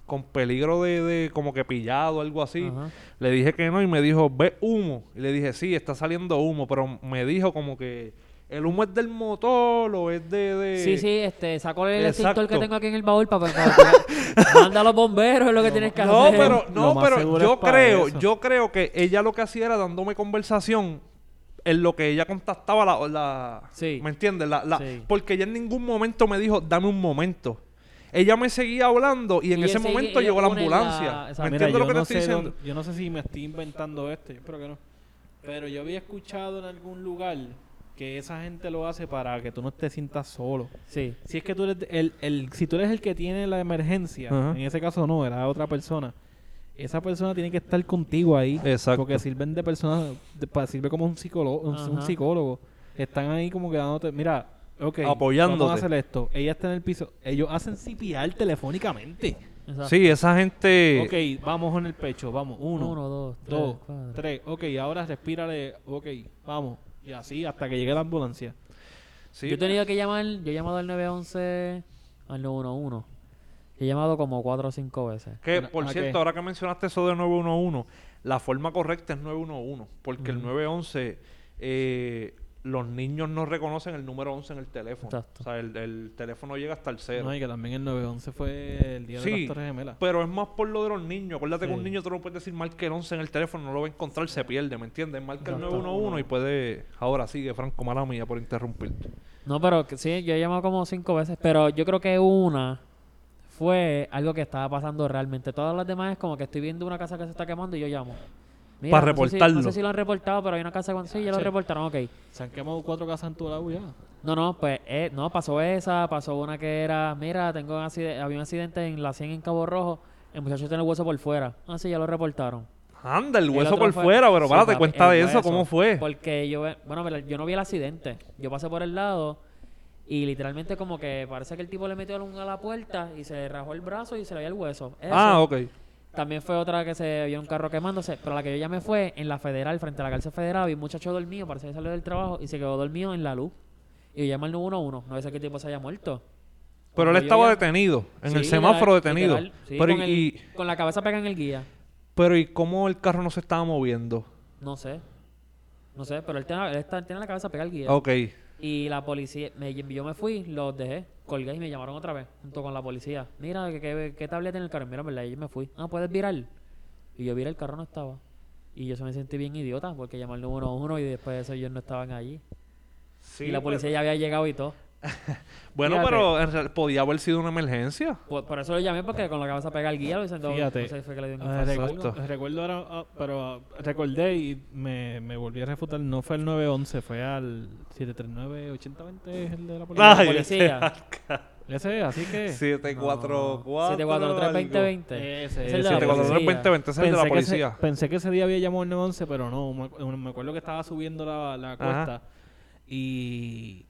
Speaker 1: con peligro de, de como que pillado, algo así.
Speaker 3: Ajá.
Speaker 1: Le dije que no y me dijo, ve humo. Y le dije, sí, está saliendo humo, pero me dijo como que el humo es del motor o es de... de-
Speaker 3: Sí, sí, este, saco el extintor que
Speaker 1: exacto.
Speaker 3: tengo aquí en el baúl para,
Speaker 1: (laughs)
Speaker 3: manda a los bomberos, es lo que tienes que
Speaker 1: No,
Speaker 3: hacer.
Speaker 1: pero, no,
Speaker 2: Lo más
Speaker 1: pero
Speaker 2: seguro
Speaker 1: yo
Speaker 2: es para
Speaker 1: creo,
Speaker 2: eso.
Speaker 1: yo creo que ella lo que hacía era dándome conversación en lo que ella contactaba la, la-
Speaker 3: Sí.
Speaker 1: ¿me entiendes? La, la-
Speaker 3: Sí.
Speaker 1: Porque ella en ningún momento me dijo, dame un momento. Ella me seguía hablando y en
Speaker 3: Y
Speaker 1: ese
Speaker 3: él sigue-
Speaker 1: momento
Speaker 3: ella
Speaker 1: llegó la
Speaker 3: pone
Speaker 1: ambulancia.
Speaker 3: la- esa-
Speaker 1: ¿Me
Speaker 2: Mira,
Speaker 1: entiendes lo
Speaker 2: yo
Speaker 1: que te
Speaker 2: no
Speaker 1: estoy
Speaker 2: sé
Speaker 1: diciendo?
Speaker 2: dónde- yo no sé si me estoy inventando esto, yo espero que no. Pero yo había escuchado en algún lugar que esa gente lo hace para que tú no te sientas solo.
Speaker 3: Sí,
Speaker 2: Si es que tú eres el, el- si tú eres el que tiene la emergencia,
Speaker 1: Ajá.
Speaker 2: en ese caso no, era otra persona. Esa persona tiene que estar contigo ahí,
Speaker 1: Exacto.
Speaker 2: porque sirven de personas, de- pa- sirve como un psicólogo, un, un
Speaker 3: Ajá.
Speaker 2: psicólogo. Están ahí como que dándote, mira, ok,
Speaker 1: Apoyándote.
Speaker 2: vamos a hacer esto. Ella está en el piso, ellos hacen CPR telefónicamente.
Speaker 3: exacto.
Speaker 1: Sí, esa gente...
Speaker 2: Ok, vamos en el pecho, vamos, uno,
Speaker 3: Uno, dos, tres,
Speaker 2: dos,
Speaker 3: cuatro.
Speaker 2: tres, ok, ahora respírale, ok, vamos, y así hasta que llegue la ambulancia.
Speaker 1: sí. pues.
Speaker 3: Yo he tenido que llamar, yo he llamado al 911, al 911. Yo he llamado como cuatro o cinco veces.
Speaker 1: Que,
Speaker 2: Ahora,
Speaker 1: por
Speaker 2: ¿a
Speaker 1: cierto,
Speaker 2: qué?
Speaker 1: ahora que mencionaste eso de 911, la forma correcta es 911, porque el 911, eh, los niños no reconocen el número 11 en el teléfono.
Speaker 3: Exacto.
Speaker 1: O sea, el, el teléfono llega hasta el
Speaker 2: No,
Speaker 1: cero.
Speaker 2: y que también el 911 fue el día de
Speaker 1: sí,
Speaker 2: las Torres Gemelas.
Speaker 1: pero es más por lo de los niños. Acuérdate que un
Speaker 2: Sí.
Speaker 1: niño tú no puedes decir mal que el 11 en el teléfono, no lo va a encontrar, se pierde, ¿me entiendes? Marca el
Speaker 2: Exacto.
Speaker 1: 911 y puede... Ahora sigue, Franco, mala mía por interrumpirte.
Speaker 3: No, pero que- sí, yo he llamado como cinco veces, pero yo creo que una fue algo que estaba pasando realmente. Todas las demás es como que estoy viendo una casa que se está quemando y yo llamo. Mira,
Speaker 1: Pa'
Speaker 3: no sé si-
Speaker 1: reportarlo.
Speaker 3: No sé si lo han reportado, pero hay una casa cuando sí, ya lo
Speaker 2: Sí.
Speaker 3: reportaron, ok.
Speaker 2: Se han quemado cuatro casas en tu lado ya.
Speaker 3: No, no, pues eh, no, pasó esa, pasó una que era, mira, tengo un accidente, había un accidente en la 100 en Cabo Rojo, el muchacho tiene el hueso por fuera. Ah, sí, ya lo reportaron.
Speaker 1: Anda, el
Speaker 3: El
Speaker 1: hueso
Speaker 3: otro
Speaker 1: por
Speaker 3: fue-
Speaker 1: fuera, pero
Speaker 3: Sí,
Speaker 1: para, te
Speaker 3: papi,
Speaker 1: cuenta
Speaker 3: el
Speaker 1: de eso,
Speaker 3: hueso.
Speaker 1: ¿cómo fue?
Speaker 3: Porque yo, ve- bueno, pero yo no vi el accidente. Yo pasé por el lado y literalmente como que parece que el tipo le metió un- a la puerta y se rajó el brazo y se le veía el hueso. Eso.
Speaker 1: Ah, ok.
Speaker 3: También fue otra que se vio un carro quemándose, pero la que yo llamé fue en la federal, frente a la cárcel federal, vi un muchacho dormido, parece que salió del trabajo y se quedó dormido en la luz. Y yo llamé al 911, no sé qué tipo se haya muerto.
Speaker 1: Pero él
Speaker 3: Cuando yo
Speaker 1: estaba
Speaker 3: llam-
Speaker 1: detenido, en
Speaker 3: Sí,
Speaker 1: el semáforo
Speaker 3: literal,
Speaker 1: detenido.
Speaker 3: literal, sí,
Speaker 1: pero
Speaker 3: con,
Speaker 1: y-
Speaker 3: el-
Speaker 1: y,
Speaker 3: con la cabeza pegada en el guía.
Speaker 1: Pero ¿y cómo el carro no se estaba moviendo?
Speaker 3: No sé. No sé, pero él tiene, él está- tiene la cabeza pegada al guía.
Speaker 1: Ok.
Speaker 3: Y la policía, me, yo me fui, los dejé, colgué y me llamaron otra vez, junto con la policía. Mira, ¿qué, qué, qué tableta en el carro? Mira, en verdad, yo me fui. Ah, ¿puedes virar? Y yo viré, el carro no estaba. Y yo se me sentí bien idiota porque llamé al número uno y después de eso ellos no estaban allí. y la policía ya había llegado y todo.
Speaker 1: Bueno,
Speaker 3: fíjate.
Speaker 1: pero en real- podía haber sido una emergencia.
Speaker 3: Por, por eso lo llamé porque con la cabeza pegada al guía lo dicen todo.
Speaker 2: Fíjate.
Speaker 3: No sé, fue que le dio un
Speaker 2: Ah,
Speaker 3: infarto.
Speaker 2: recuerdo,
Speaker 1: Exacto.
Speaker 2: recuerdo ahora, ah, pero ah, recordé y me, me volví a refutar. No fue al 911, fue al 739-8020, es el de la policía.
Speaker 3: Ay. policía.
Speaker 2: Ese, así que.
Speaker 3: tres
Speaker 1: 743-2020.
Speaker 3: veinte.
Speaker 2: Ese,
Speaker 3: Es el de la
Speaker 1: 743-2020, ese este es el de la
Speaker 2: Pensé que ese-
Speaker 1: policía.
Speaker 2: pensé que ese día había llamado al 911, pero no. Me, acu- me acuerdo que estaba subiendo la, la cuesta. Y.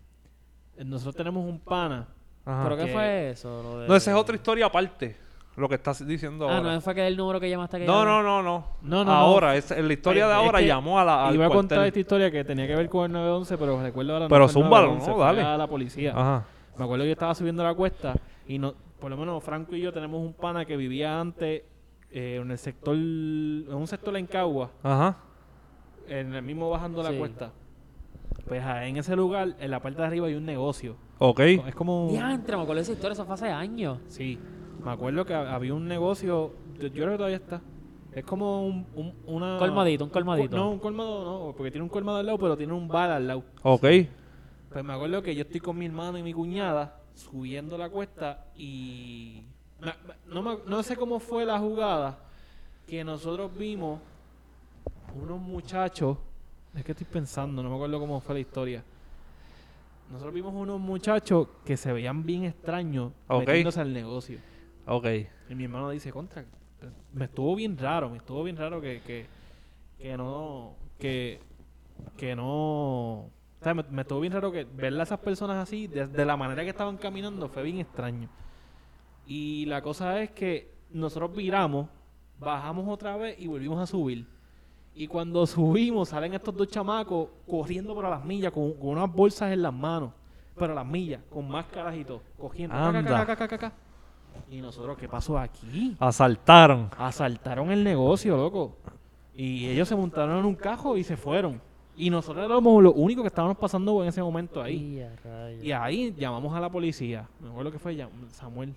Speaker 2: Nosotros tenemos un pana.
Speaker 1: Ajá.
Speaker 3: ¿Pero qué
Speaker 2: Que-
Speaker 3: fue eso? Lo de-
Speaker 1: No, esa es otra historia aparte, lo que estás diciendo
Speaker 3: Ah,
Speaker 1: ahora.
Speaker 3: no, fue que el número que llamaste que
Speaker 1: No,
Speaker 3: llamó?
Speaker 1: no, no, no.
Speaker 2: No, no, no.
Speaker 1: Ahora, es- en la historia de
Speaker 2: Es
Speaker 1: ahora
Speaker 2: que
Speaker 1: llamó a la... al
Speaker 2: Iba a contar
Speaker 1: cuartel.
Speaker 2: esta historia que tenía que ver con el 911, pero recuerdo ahora.
Speaker 1: Pero
Speaker 2: fue el
Speaker 1: zúmbalo,
Speaker 2: 911,
Speaker 1: ¿no?
Speaker 2: fue
Speaker 1: Dale.
Speaker 2: a la policía.
Speaker 1: Ajá.
Speaker 2: Me acuerdo que yo estaba subiendo la cuesta y no, por lo menos Franco y yo tenemos un pana que vivía antes eh, en el sector, en un sector en Cagua,
Speaker 1: Ajá.
Speaker 2: en el mismo bajando la
Speaker 3: Sí.
Speaker 2: cuesta. Pues ah, en ese lugar, en la parte de arriba hay un negocio.
Speaker 1: Ok.
Speaker 2: Es como...
Speaker 3: Diantre, me acuerdo de esa historia, eso fue hace años.
Speaker 2: Sí, me acuerdo que ha- había un negocio, yo, yo creo que todavía está. Es como un, un- una...
Speaker 3: Colmadito, un colmadito.
Speaker 2: No, un colmado no, porque tiene un colmado al lado, pero tiene un bar al lado.
Speaker 1: Ok.
Speaker 2: Pues me acuerdo que yo estoy con mi hermano y mi cuñada subiendo la cuesta y... me- me- No, me- no sé cómo fue la jugada que nosotros vimos unos muchachos... Es que estoy pensando, no me acuerdo cómo fue la historia. Nosotros vimos unos muchachos que se veían bien extraños
Speaker 1: Ok.
Speaker 2: metiéndose al negocio.
Speaker 1: Ok.
Speaker 2: Y mi hermano dice, contra, me estuvo bien raro, me estuvo bien raro que, que, que no, que, que no, o sea, me, me estuvo bien raro que verla a esas personas así, de, de la manera que estaban caminando, fue bien extraño. Y la cosa es que nosotros viramos, bajamos otra vez y volvimos a subir. Y cuando (laughs) subimos, salen estos dos chamacos corriendo por las millas con, con unas bolsas en las manos, pero las millas, con máscaras y todo, cogiendo. ca, ca,
Speaker 1: Anda.
Speaker 2: ca, ca, ca, ca, ca. Y nosotros, ¿qué pasó aquí?
Speaker 1: Asaltaron.
Speaker 2: Asaltaron el negocio, loco. Y ellos se montaron en un cajo y se fueron. Y nosotros éramos los únicos que estábamos pasando en ese momento ahí.
Speaker 3: Y a rayos.
Speaker 2: Y ahí llamamos a la policía. Me acuerdo que fue llam- Samuel.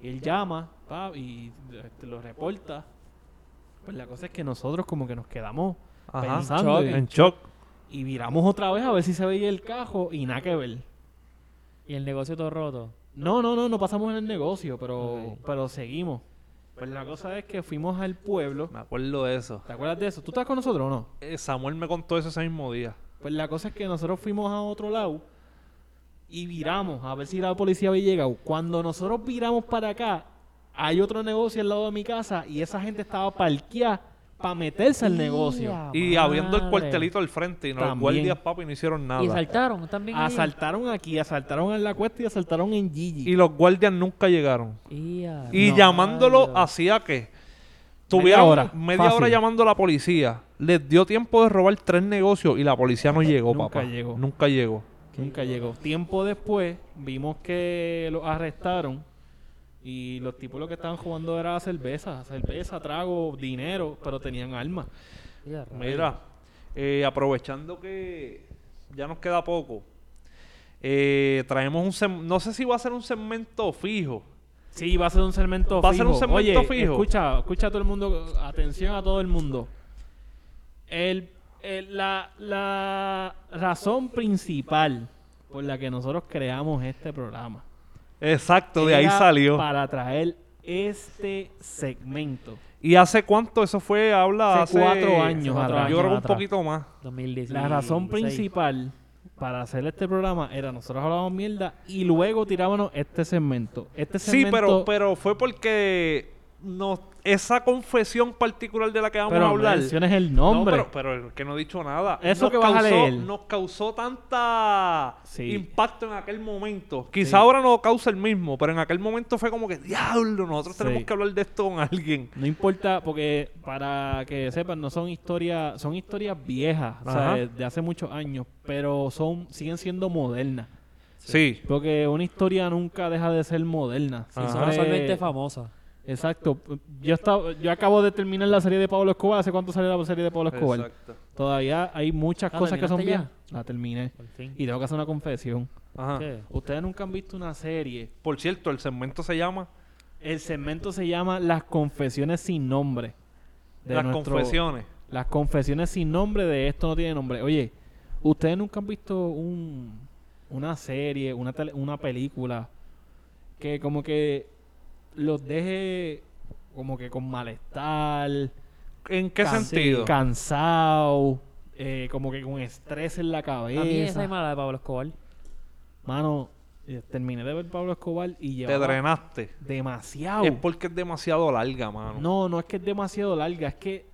Speaker 2: Y él llama pa, y este, lo reporta. Pues la cosa es que nosotros como que nos quedamos
Speaker 1: Ajá.
Speaker 2: pensando
Speaker 1: En
Speaker 2: y,
Speaker 1: shock.
Speaker 2: y viramos otra vez a ver si se veía el cajo y nada que ver.
Speaker 3: Y el negocio todo roto.
Speaker 2: No, no, no, no pasamos en el negocio, pero,
Speaker 3: Ok.
Speaker 2: pero seguimos. Pues la cosa es que fuimos al pueblo.
Speaker 1: Me acuerdo de eso.
Speaker 2: ¿Te acuerdas de eso? ¿Tú estás con nosotros o no?
Speaker 1: Eh, Samuel me contó eso ese mismo día.
Speaker 2: Pues la cosa es que nosotros fuimos a otro lado y viramos a ver si la policía había llegado. Cuando nosotros viramos para acá, hay otro negocio al lado de mi casa y esa gente estaba parqueada para meterse al negocio.
Speaker 1: Y abriendo el cuartelito
Speaker 3: cuartelito
Speaker 1: al frente y no, los
Speaker 2: Ah, También.
Speaker 1: guardias, papi, no hicieron
Speaker 3: Y
Speaker 1: nada.
Speaker 3: saltaron también. ahí.
Speaker 2: Asaltaron aquí, asaltaron en la cuesta y asaltaron en Gigi.
Speaker 1: Y los guardias nunca llegaron.
Speaker 3: Y, a
Speaker 1: Y
Speaker 3: rayos.
Speaker 1: llamándolo hacía que tuvieron media hora,
Speaker 2: hora, fácil.
Speaker 1: llamando a la policía. Les dio tiempo de robar tres negocios y la policía no llegó,
Speaker 2: Nunca
Speaker 1: papá.
Speaker 2: llegó.
Speaker 1: Nunca llegó.
Speaker 2: Nunca llegó. Tiempo después vimos que los arrestaron y los tipos lo que estaban jugando era cerveza, cerveza, trago, dinero, pero tenían armas.
Speaker 3: Y a rayos.
Speaker 1: Mira, eh, aprovechando que ya nos queda poco, eh, traemos un... sem- No sé si va a ser un segmento fijo.
Speaker 2: Sí, va a ser un segmento
Speaker 1: Va a
Speaker 2: fijo.
Speaker 1: ser un segmento
Speaker 2: Oye,
Speaker 1: fijo.
Speaker 2: Escucha, escucha a todo el mundo, atención a todo el mundo. El, el- la, la razón principal por la que nosotros creamos este programa.
Speaker 1: Exacto, de ahí
Speaker 2: era
Speaker 1: salió.
Speaker 2: Para traer este segmento.
Speaker 1: ¿Y hace cuánto eso fue? Habla hace...
Speaker 2: Hace cuatro años
Speaker 1: Yo
Speaker 2: atrás.
Speaker 1: creo que un
Speaker 2: atrás.
Speaker 1: poquito más.
Speaker 3: 2016.
Speaker 2: La razón
Speaker 3: pues
Speaker 2: principal para hacer este programa era nosotros hablábamos mierda y luego tirábamos este segmento. Este
Speaker 1: Sí,
Speaker 2: segmento
Speaker 1: pero, pero fue porque nos, esa confesión particular de la que vamos
Speaker 2: pero
Speaker 1: a hablar...
Speaker 2: menciones el
Speaker 1: No,
Speaker 2: nombre.
Speaker 1: pero, pero el que no he dicho nada.
Speaker 2: Eso
Speaker 1: Nos
Speaker 2: que vas a
Speaker 1: causó-
Speaker 2: leer.
Speaker 1: Nos causó tanta
Speaker 2: Sí.
Speaker 1: impacto en aquel momento. Quizá ahora no causa el mismo, pero en aquel momento fue como que, diablo, nosotros
Speaker 2: Sí.
Speaker 1: tenemos que hablar de esto con alguien.
Speaker 2: No importa, porque para que sepan, no son historias, son historias viejas, o sea,
Speaker 1: Ajá.
Speaker 2: de, de hace muchos años, pero son, siguen siendo modernas.
Speaker 1: Sí.
Speaker 2: Porque una historia nunca deja de ser moderna.
Speaker 1: Sí, son
Speaker 3: Son
Speaker 2: Siempre-
Speaker 3: usualmente famosas.
Speaker 2: Exacto. Yo estaba, yo acabo de terminar la serie de Pablo Escobar. ¿Hace cuánto salió la serie de Pablo Escobar?
Speaker 1: Exacto.
Speaker 2: Todavía hay muchas
Speaker 3: Ah,
Speaker 2: cosas que son
Speaker 3: ¿terminaste
Speaker 2: viejas. La terminé.
Speaker 3: Por fin.
Speaker 2: Y tengo que hacer una confesión.
Speaker 1: Ajá.
Speaker 3: ¿Qué?
Speaker 2: Ustedes nunca han visto una serie.
Speaker 1: Por cierto, el segmento se llama
Speaker 2: El segmento se llama Las Confesiones sin nombre. de
Speaker 1: Las
Speaker 2: nuestro-
Speaker 1: confesiones.
Speaker 2: Las confesiones sin nombre de esto no tiene nombre. Oye, ustedes nunca han visto un, una serie, una, tele- una película que como que los deje como que con malestar,
Speaker 1: ¿En qué
Speaker 2: can-
Speaker 1: sentido?
Speaker 2: cansado, eh, como que con estrés en la
Speaker 3: A mí esa es
Speaker 2: cabeza.
Speaker 3: mala de Pablo Escobar.
Speaker 2: Mano, eh, terminé de ver Pablo Escobar
Speaker 1: Te
Speaker 2: y llevaba
Speaker 1: drenaste.
Speaker 2: demasiado.
Speaker 1: Es porque es demasiado larga, mano.
Speaker 2: No, no es que es demasiado larga, es que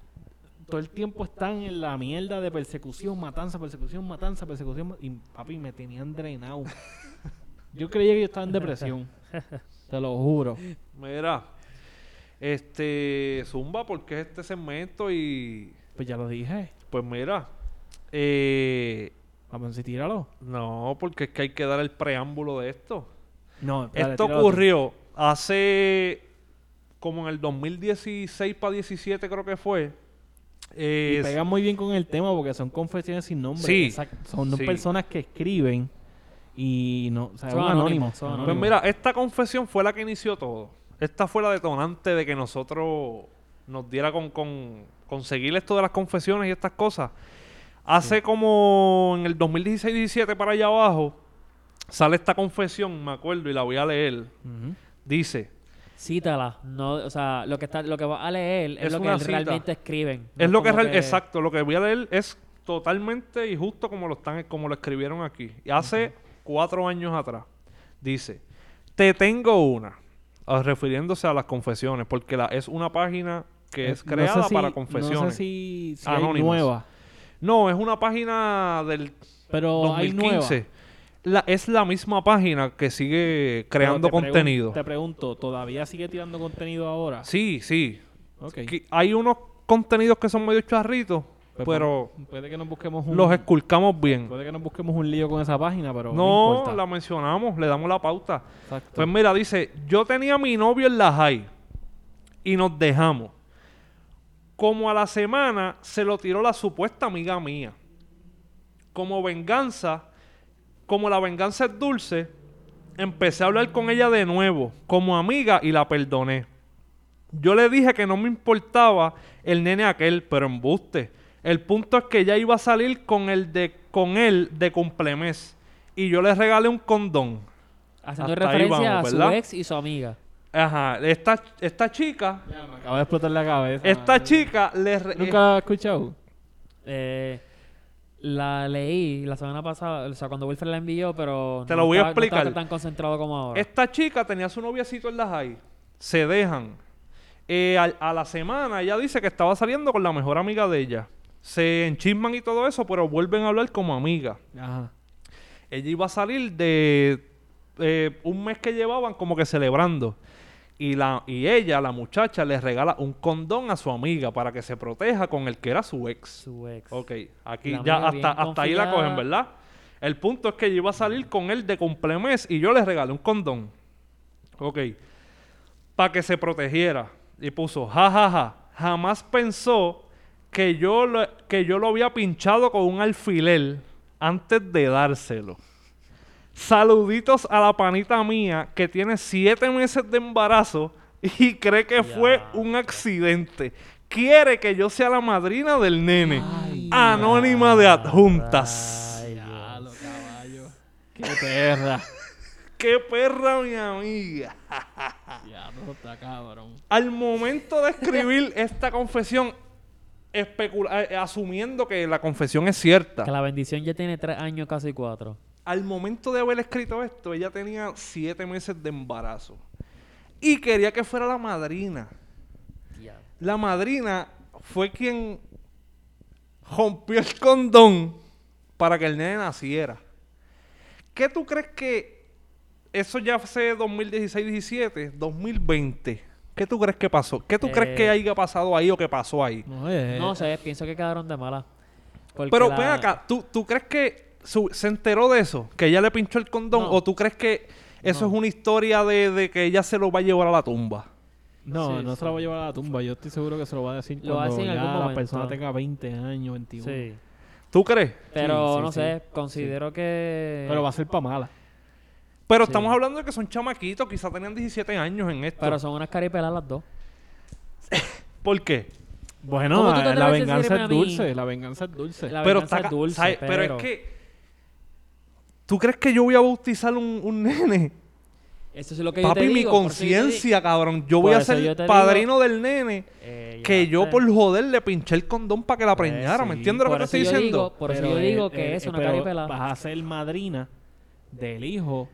Speaker 2: todo el tiempo están en la mierda de persecución, matanza, persecución, matanza, persecución. ma- Y papi, me
Speaker 1: (laughs)
Speaker 2: tenían drenado. Yo creía que yo estaba en depresión. Te lo juro.
Speaker 1: Mira, este, Zumba, porque es este segmento y...
Speaker 2: Pues ya lo dije.
Speaker 1: Pues mira, eh...
Speaker 2: Vamos, si tíralo.
Speaker 1: No, porque es que hay que dar el preámbulo de esto.
Speaker 2: No,
Speaker 1: esto ocurrió hace como en el 2016 para 17 creo que fue. Eh,
Speaker 2: Y pegan muy bien con el tema porque son confesiones sin nombre.
Speaker 1: Sí,
Speaker 2: Exacto. Son dos
Speaker 1: sí.
Speaker 2: personas que escriben y no. O sea,
Speaker 3: Son
Speaker 2: un
Speaker 3: anónimos,
Speaker 2: anónimo,
Speaker 3: son
Speaker 2: un
Speaker 1: pues
Speaker 2: anónimo.
Speaker 1: mira, esta confesión fue la que inició todo. Esta fue la detonante de que nosotros nos diera con, con conseguir esto de las confesiones y estas cosas. Hace como en el 2016-17 para allá abajo sale esta confesión, me acuerdo, y la voy a leer.
Speaker 2: Ujú.
Speaker 1: Dice,
Speaker 3: Cítala. No, o sea, lo que, está, lo que vas a leer es,
Speaker 1: Es
Speaker 3: lo que
Speaker 1: una cita.
Speaker 3: realmente escriben. No
Speaker 1: Es lo que,
Speaker 3: como
Speaker 1: real- exacto, lo que voy a leer es totalmente y justo como lo están, como lo escribieron aquí. Y hace cuatro años atrás. Dice, te tengo una. Ah, refiriéndose a las confesiones, porque la, es una página que es
Speaker 2: Eh, No sé
Speaker 1: creada
Speaker 2: si-
Speaker 1: para confesiones.
Speaker 2: No
Speaker 1: No,
Speaker 2: sé si, si hay
Speaker 1: Anónimos.
Speaker 2: nueva.
Speaker 1: es una página del
Speaker 2: Pero hay nueva.
Speaker 1: 2015. La, es la misma página que sigue creando
Speaker 2: Pero te pregun-
Speaker 1: contenido.
Speaker 2: te pregunto, ¿todavía sigue tirando contenido ahora?
Speaker 1: Sí, sí.
Speaker 2: Ok.
Speaker 1: Que Hay unos contenidos que son medio charritos,
Speaker 2: Pues
Speaker 1: pero
Speaker 2: pu- Puede que nos busquemos un...
Speaker 1: los esculcamos bien.
Speaker 2: Puede que nos busquemos un lío con esa página, pero no
Speaker 1: No,
Speaker 2: importa.
Speaker 1: la mencionamos, le damos la pauta.
Speaker 2: Exacto.
Speaker 1: Pues mira, dice, yo tenía a mi novio en la high y nos dejamos. Como a la semana se lo tiró la supuesta amiga mía. como venganza, como la venganza es dulce, empecé a hablar con ella de nuevo, como amiga, y la perdoné. Yo le dije que no me importaba el nene aquel, pero embuste. El punto es que ya iba a salir con el de con él de cumplemes y yo le regalé un condón. Hasta
Speaker 3: Haciendo
Speaker 1: ahí
Speaker 3: referencia
Speaker 1: vamos,
Speaker 3: a su
Speaker 1: ¿verdad?
Speaker 3: ex y su amiga.
Speaker 1: Ajá, esta, esta chica,
Speaker 2: Acaba de explotar la cabeza.
Speaker 1: esta
Speaker 2: mano.
Speaker 1: chica le re-
Speaker 2: Ah, Nunca he escuchado.
Speaker 3: Eh, la leí la semana pasada, o sea, cuando Wilfred la envió, pero.
Speaker 1: Te lo voy a
Speaker 3: estaba- no estaba
Speaker 1: explicar.
Speaker 3: tan concentrado como ahora.
Speaker 1: Esta chica tenía su noviecito en la high. Se dejan. Eh, al- a, la semana ella dice que estaba saliendo con la mejor amiga de ella. Se enchisman y todo eso, pero vuelven a hablar como amiga.
Speaker 2: Ajá.
Speaker 1: Ella iba a salir de eh, un mes que llevaban como que celebrando. Y, la, y ella, la muchacha, le regala un condón a su amiga para que se proteja con el que era su ex.
Speaker 3: Su ex.
Speaker 1: Ok, aquí
Speaker 3: La
Speaker 1: ya
Speaker 3: amiga bien
Speaker 1: hasta, hasta ahí la
Speaker 3: confiada.
Speaker 1: cogen, ¿verdad? El punto es que yo iba a salir con él de cumplemes y yo le regalé un condón. Ok. Para que se protegiera. Y puso, jajaja, jamás pensó que yo, lo, que yo lo había pinchado con un alfiler antes de dárselo. Saluditos a la panita mía que tiene siete meses de embarazo y cree que fue un accidente. Quiere que yo sea la madrina del nene. Anónima de adjuntas.
Speaker 3: Ay,
Speaker 2: Ya,
Speaker 3: Dios.
Speaker 2: lo caballo. Qué perra.
Speaker 1: ¡Qué perra, mi amiga!
Speaker 2: ya, no está cabrón.
Speaker 1: Al momento de escribir esta confesión, especula- eh, asumiendo que la confesión es cierta,
Speaker 3: Que la bendición ya tiene tres años, casi cuatro.
Speaker 1: al momento de haber escrito esto, ella tenía siete meses de embarazo. Y quería que fuera la madrina. La madrina fue quien rompió el condón para que el nene naciera. ¿Qué tú crees que eso ya hace 2016-17, 2020? ¿Qué tú crees que pasó? ¿Qué tú crees que
Speaker 3: Eh.
Speaker 1: haya pasado ahí o que pasó ahí?
Speaker 2: No, eh,
Speaker 3: No sé, pienso que quedaron de mala. Porque
Speaker 1: Pero
Speaker 3: la-
Speaker 1: ven acá, ¿tú, tú crees que su- se enteró de eso? ¿Que ella le pinchó el condón?
Speaker 2: No.
Speaker 1: ¿O tú crees que eso
Speaker 2: No.
Speaker 1: es una historia de, de que ella se lo va a llevar a la tumba?
Speaker 2: No,
Speaker 3: Sí,
Speaker 2: no se
Speaker 3: sí.
Speaker 2: lo va a llevar a la tumba. Yo estoy seguro que se lo va a decir
Speaker 3: Lo va a
Speaker 2: cuando
Speaker 3: decir en
Speaker 2: ya
Speaker 3: algún
Speaker 2: la
Speaker 3: momento.
Speaker 2: persona tenga 20 años, 21.
Speaker 3: Sí.
Speaker 1: ¿Tú crees?
Speaker 3: Pero
Speaker 2: Sí, sí,
Speaker 3: no
Speaker 2: sí.
Speaker 3: sé, considero que.
Speaker 2: Pero va a ser para mala.
Speaker 1: Pero
Speaker 3: Sí.
Speaker 1: estamos hablando de que son chamaquitos, quizás tenían 17 años en esto.
Speaker 3: Pero son unas caripelas las dos.
Speaker 1: ¿Por qué?
Speaker 2: Bueno,
Speaker 3: ¿Cómo tú te
Speaker 2: la,
Speaker 3: atreves a
Speaker 2: venganza
Speaker 3: decirme a
Speaker 2: es
Speaker 3: mí?
Speaker 2: dulce. La venganza es dulce.
Speaker 3: La
Speaker 1: pero,
Speaker 3: venganza
Speaker 1: está
Speaker 3: es
Speaker 1: ca-
Speaker 3: dulce,
Speaker 1: ¿sabes?
Speaker 3: pero...
Speaker 1: pero es que. ¿Tú crees que yo voy a bautizar un, un nene?
Speaker 3: Eso es lo (laughs) que yo te
Speaker 1: Papi, mi
Speaker 3: digo, por eso yo te di-
Speaker 1: conciencia, cabrón. Yo voy
Speaker 3: Por
Speaker 1: a
Speaker 3: eso yo
Speaker 1: ser
Speaker 3: te
Speaker 1: padrino del nene
Speaker 3: Eh, ya
Speaker 1: que yo
Speaker 3: sé.
Speaker 1: por joder le pinché el condón para que la
Speaker 2: Pues
Speaker 1: preñara. ¿Me
Speaker 2: sí,
Speaker 1: entiendes lo que
Speaker 3: Por
Speaker 1: te
Speaker 3: eso
Speaker 1: estoy
Speaker 3: yo
Speaker 1: diciendo?
Speaker 3: digo- por eso
Speaker 2: Pero,
Speaker 3: yo
Speaker 2: eh,
Speaker 3: digo que
Speaker 2: eh,
Speaker 3: es
Speaker 2: eh,
Speaker 3: una
Speaker 2: pero
Speaker 3: caripela.
Speaker 2: Vas a ser madrina del hijo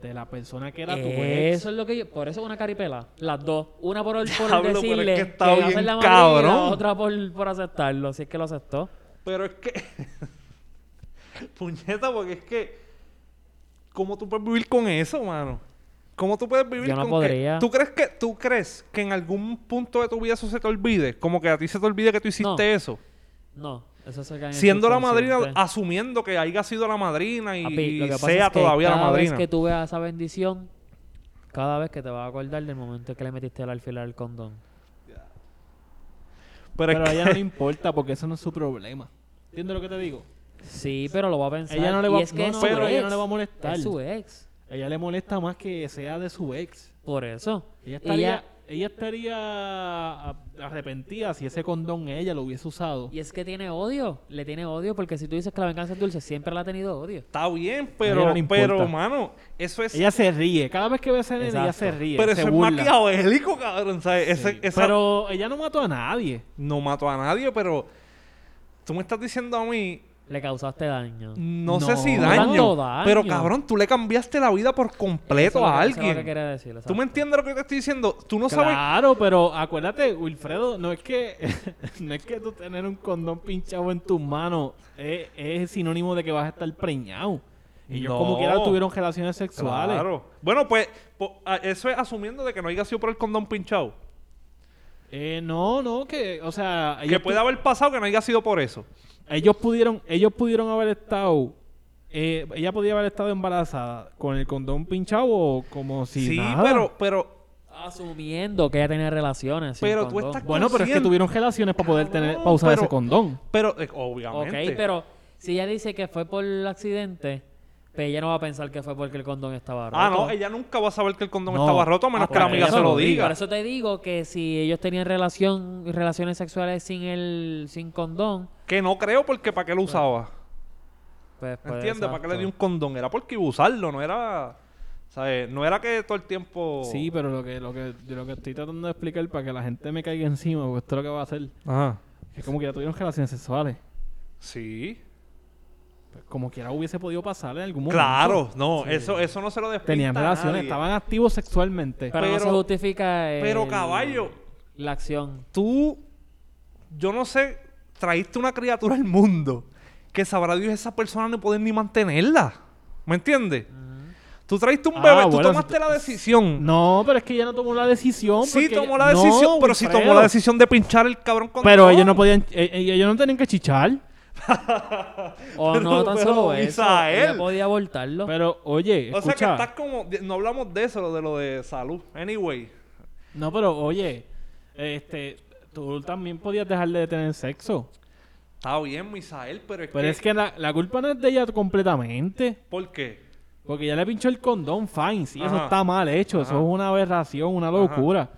Speaker 2: de la persona que era tu ex.
Speaker 3: Eso es lo que yo... Por eso es una caripela. Las dos. Una por, el- por
Speaker 1: Diablo, pero es que
Speaker 3: decirle
Speaker 1: está
Speaker 3: va a ser
Speaker 1: bien
Speaker 3: la madrina, y la
Speaker 1: cabrón.
Speaker 3: otra por, por aceptarlo. Si es que lo aceptó.
Speaker 1: Pero es que. (laughs) Puñeta, porque es que. ¿Cómo tú puedes vivir con eso, mano? ¿Cómo tú puedes vivir
Speaker 3: Yo no
Speaker 1: con
Speaker 3: podría.
Speaker 1: Que, ¿tú, crees que, ¿Tú crees que en algún punto de tu vida eso se te olvide? Como que a ti se te olvide que tú hiciste
Speaker 3: No.
Speaker 1: eso.
Speaker 3: No. Eso se cae en el
Speaker 1: Siendo la madrina,
Speaker 3: subconsciente.
Speaker 1: asumiendo que haya sido la madrina y,
Speaker 3: Papi, lo
Speaker 1: y
Speaker 3: que pasa
Speaker 1: sea
Speaker 3: es que
Speaker 1: todavía la
Speaker 3: cada vez
Speaker 1: madrina.
Speaker 3: que tú veas esa bendición, cada vez que te vas a acordar del momento que le metiste el alfiler al condón.
Speaker 1: Pero, es
Speaker 2: Pero a
Speaker 1: que-
Speaker 2: ella no le importa porque eso no es su problema. ¿Entiendes lo que te digo?
Speaker 3: Sí, pero lo va a pensar.
Speaker 2: Ella no le va-
Speaker 3: y es que
Speaker 2: no,
Speaker 3: es
Speaker 2: no,
Speaker 3: su
Speaker 2: pero ella no
Speaker 3: ex.
Speaker 2: le va a molestar.
Speaker 3: Es su ex.
Speaker 2: A ella le molesta más que sea de su ex.
Speaker 3: Por eso.
Speaker 2: Ella estaría, ella... estaría a- arrepentida si ese condón ella lo hubiese usado.
Speaker 3: Y es que tiene odio. Le tiene odio porque si tú dices que la venganza es dulce, siempre la ha tenido odio.
Speaker 1: está bien,
Speaker 2: ella
Speaker 1: pero,
Speaker 2: no le importa.
Speaker 1: pero, mano, eso es.
Speaker 2: Ella se ríe. Cada vez que ve a ese nene, ella
Speaker 3: Exacto.
Speaker 2: se ríe.
Speaker 1: pero
Speaker 2: se
Speaker 1: eso es
Speaker 2: burla.
Speaker 1: maquiavélico, cabrón. ¿sabes? Ese-
Speaker 2: Sí.
Speaker 1: esa-
Speaker 2: Pero ella no mató a nadie.
Speaker 1: No mato a nadie, pero. Tú me estás diciendo a mí
Speaker 3: Le causaste daño.
Speaker 1: No,
Speaker 2: No,
Speaker 1: sé si
Speaker 2: no
Speaker 1: daño,
Speaker 3: tanto daño.
Speaker 1: Pero cabrón, tú le cambiaste la vida por
Speaker 3: Eso
Speaker 1: completo
Speaker 3: es lo
Speaker 1: a
Speaker 3: que- eso es lo que
Speaker 1: alguien.
Speaker 3: quería decir,
Speaker 1: ¿Tú me
Speaker 3: exacto.
Speaker 1: entiendes lo que te estoy diciendo? Tú no sabes.
Speaker 2: Claro, pero acuérdate, Wilfredo, no es que (laughs) no es que tú tener un condón pinchado en tus manos es, es sinónimo de que vas a estar preñado. Ellos como
Speaker 1: No.
Speaker 2: quiera tuvieron relaciones sexuales.
Speaker 1: Claro. Bueno, pues po- a- eso es asumiendo de que no haya sido por el condón pinchado.
Speaker 2: Eh, no, no, que, o sea,
Speaker 1: Que
Speaker 2: ellos,
Speaker 1: puede haber pasado que no haya sido por eso.
Speaker 2: ellos pudieron, ellos pudieron haber estado, eh, ella podía haber estado embarazada con el condón pinchado o como si
Speaker 1: sí,
Speaker 2: nada.
Speaker 1: pero, pero,
Speaker 3: Asumiendo que ella tenía relaciones. sin
Speaker 1: Pero tú
Speaker 3: condón.
Speaker 1: estás
Speaker 2: bueno, pero es que
Speaker 1: consciente.
Speaker 2: tuvieron relaciones para poder tener, para usar
Speaker 1: Pero-
Speaker 2: ese condón.
Speaker 1: pero, eh,
Speaker 3: Ok,
Speaker 1: obviamente.
Speaker 3: pero Si ella dice que fue por accidente, pues ella no va a pensar que fue porque el condón estaba roto.
Speaker 1: Ah, no, ella nunca va a saber que el condón
Speaker 2: No.
Speaker 1: estaba roto a menos
Speaker 3: Ah,
Speaker 1: que la
Speaker 3: por
Speaker 1: amiga
Speaker 3: eso
Speaker 1: se lo
Speaker 3: digo.
Speaker 1: diga.
Speaker 3: Por eso te digo que si ellos tenían relación, relaciones sexuales sin el sin condón,
Speaker 1: Que no creo porque para qué lo usaba.
Speaker 3: pues... pues,
Speaker 1: ¿Entiendes? ¿Para qué le
Speaker 3: exacto.
Speaker 1: di un condón? Era porque iba a usarlo, no era... ¿Sabes? No era que todo el tiempo...
Speaker 2: Sí, pero lo que, lo que, yo lo que estoy tratando de explicar para que la gente me caiga encima, porque esto es lo que va a hacer.
Speaker 1: Ajá.
Speaker 2: Que como que ya tuvieron relaciones sexuales.
Speaker 1: Sí.
Speaker 2: Pues como quiera hubiese podido pasar en algún momento.
Speaker 1: Claro, no, eso, eso no se lo despinta
Speaker 2: Tenían
Speaker 1: a
Speaker 2: relaciones,
Speaker 1: nadie.
Speaker 2: estaban activos sexualmente.
Speaker 3: Pero, no se
Speaker 1: pero-
Speaker 3: justifica el-
Speaker 1: Pero caballo,
Speaker 3: La acción.
Speaker 1: tú, yo no sé, traíste una criatura al mundo que sabrá Dios esa persona no poder ni mantenerla. ¿Me entiendes? Tú traíste un
Speaker 2: Ah,
Speaker 1: bebé, tú
Speaker 2: bueno, si
Speaker 1: tomaste
Speaker 2: tú-
Speaker 1: la decisión.
Speaker 2: No, pero es que ella no tomó la decisión.
Speaker 1: sí
Speaker 2: porque
Speaker 1: tomó
Speaker 2: ella-
Speaker 1: la
Speaker 2: No,
Speaker 1: decisión, pero si tomó
Speaker 2: Wilfredo.
Speaker 1: la decisión de pinchar el cabrón con
Speaker 2: Pero
Speaker 1: todo.
Speaker 2: ellos no podían, eh, eh, ellos no tenían que chichar.
Speaker 3: O
Speaker 1: (laughs) Pero-
Speaker 3: no tan
Speaker 1: pero,
Speaker 3: solo eso. Ella
Speaker 1: Isael.
Speaker 3: podía abortarlo.
Speaker 2: Pero, oye,
Speaker 1: O sea que
Speaker 2: escucha.
Speaker 1: estás como. de- No hablamos de eso, lo de lo de salud. Anyway.
Speaker 2: No, pero oye, este, tú también podías dejar de tener sexo.
Speaker 1: Está bien, Misael, pero es
Speaker 2: Pero
Speaker 1: que.
Speaker 2: es que la, la culpa no es de ella completamente.
Speaker 1: ¿Por qué?
Speaker 2: Porque ya le pinchó el condón, fine, sí, eso
Speaker 1: Ajá.
Speaker 2: está mal hecho, eso
Speaker 1: Ajá.
Speaker 2: es una aberración, una
Speaker 1: Ajá.
Speaker 2: locura.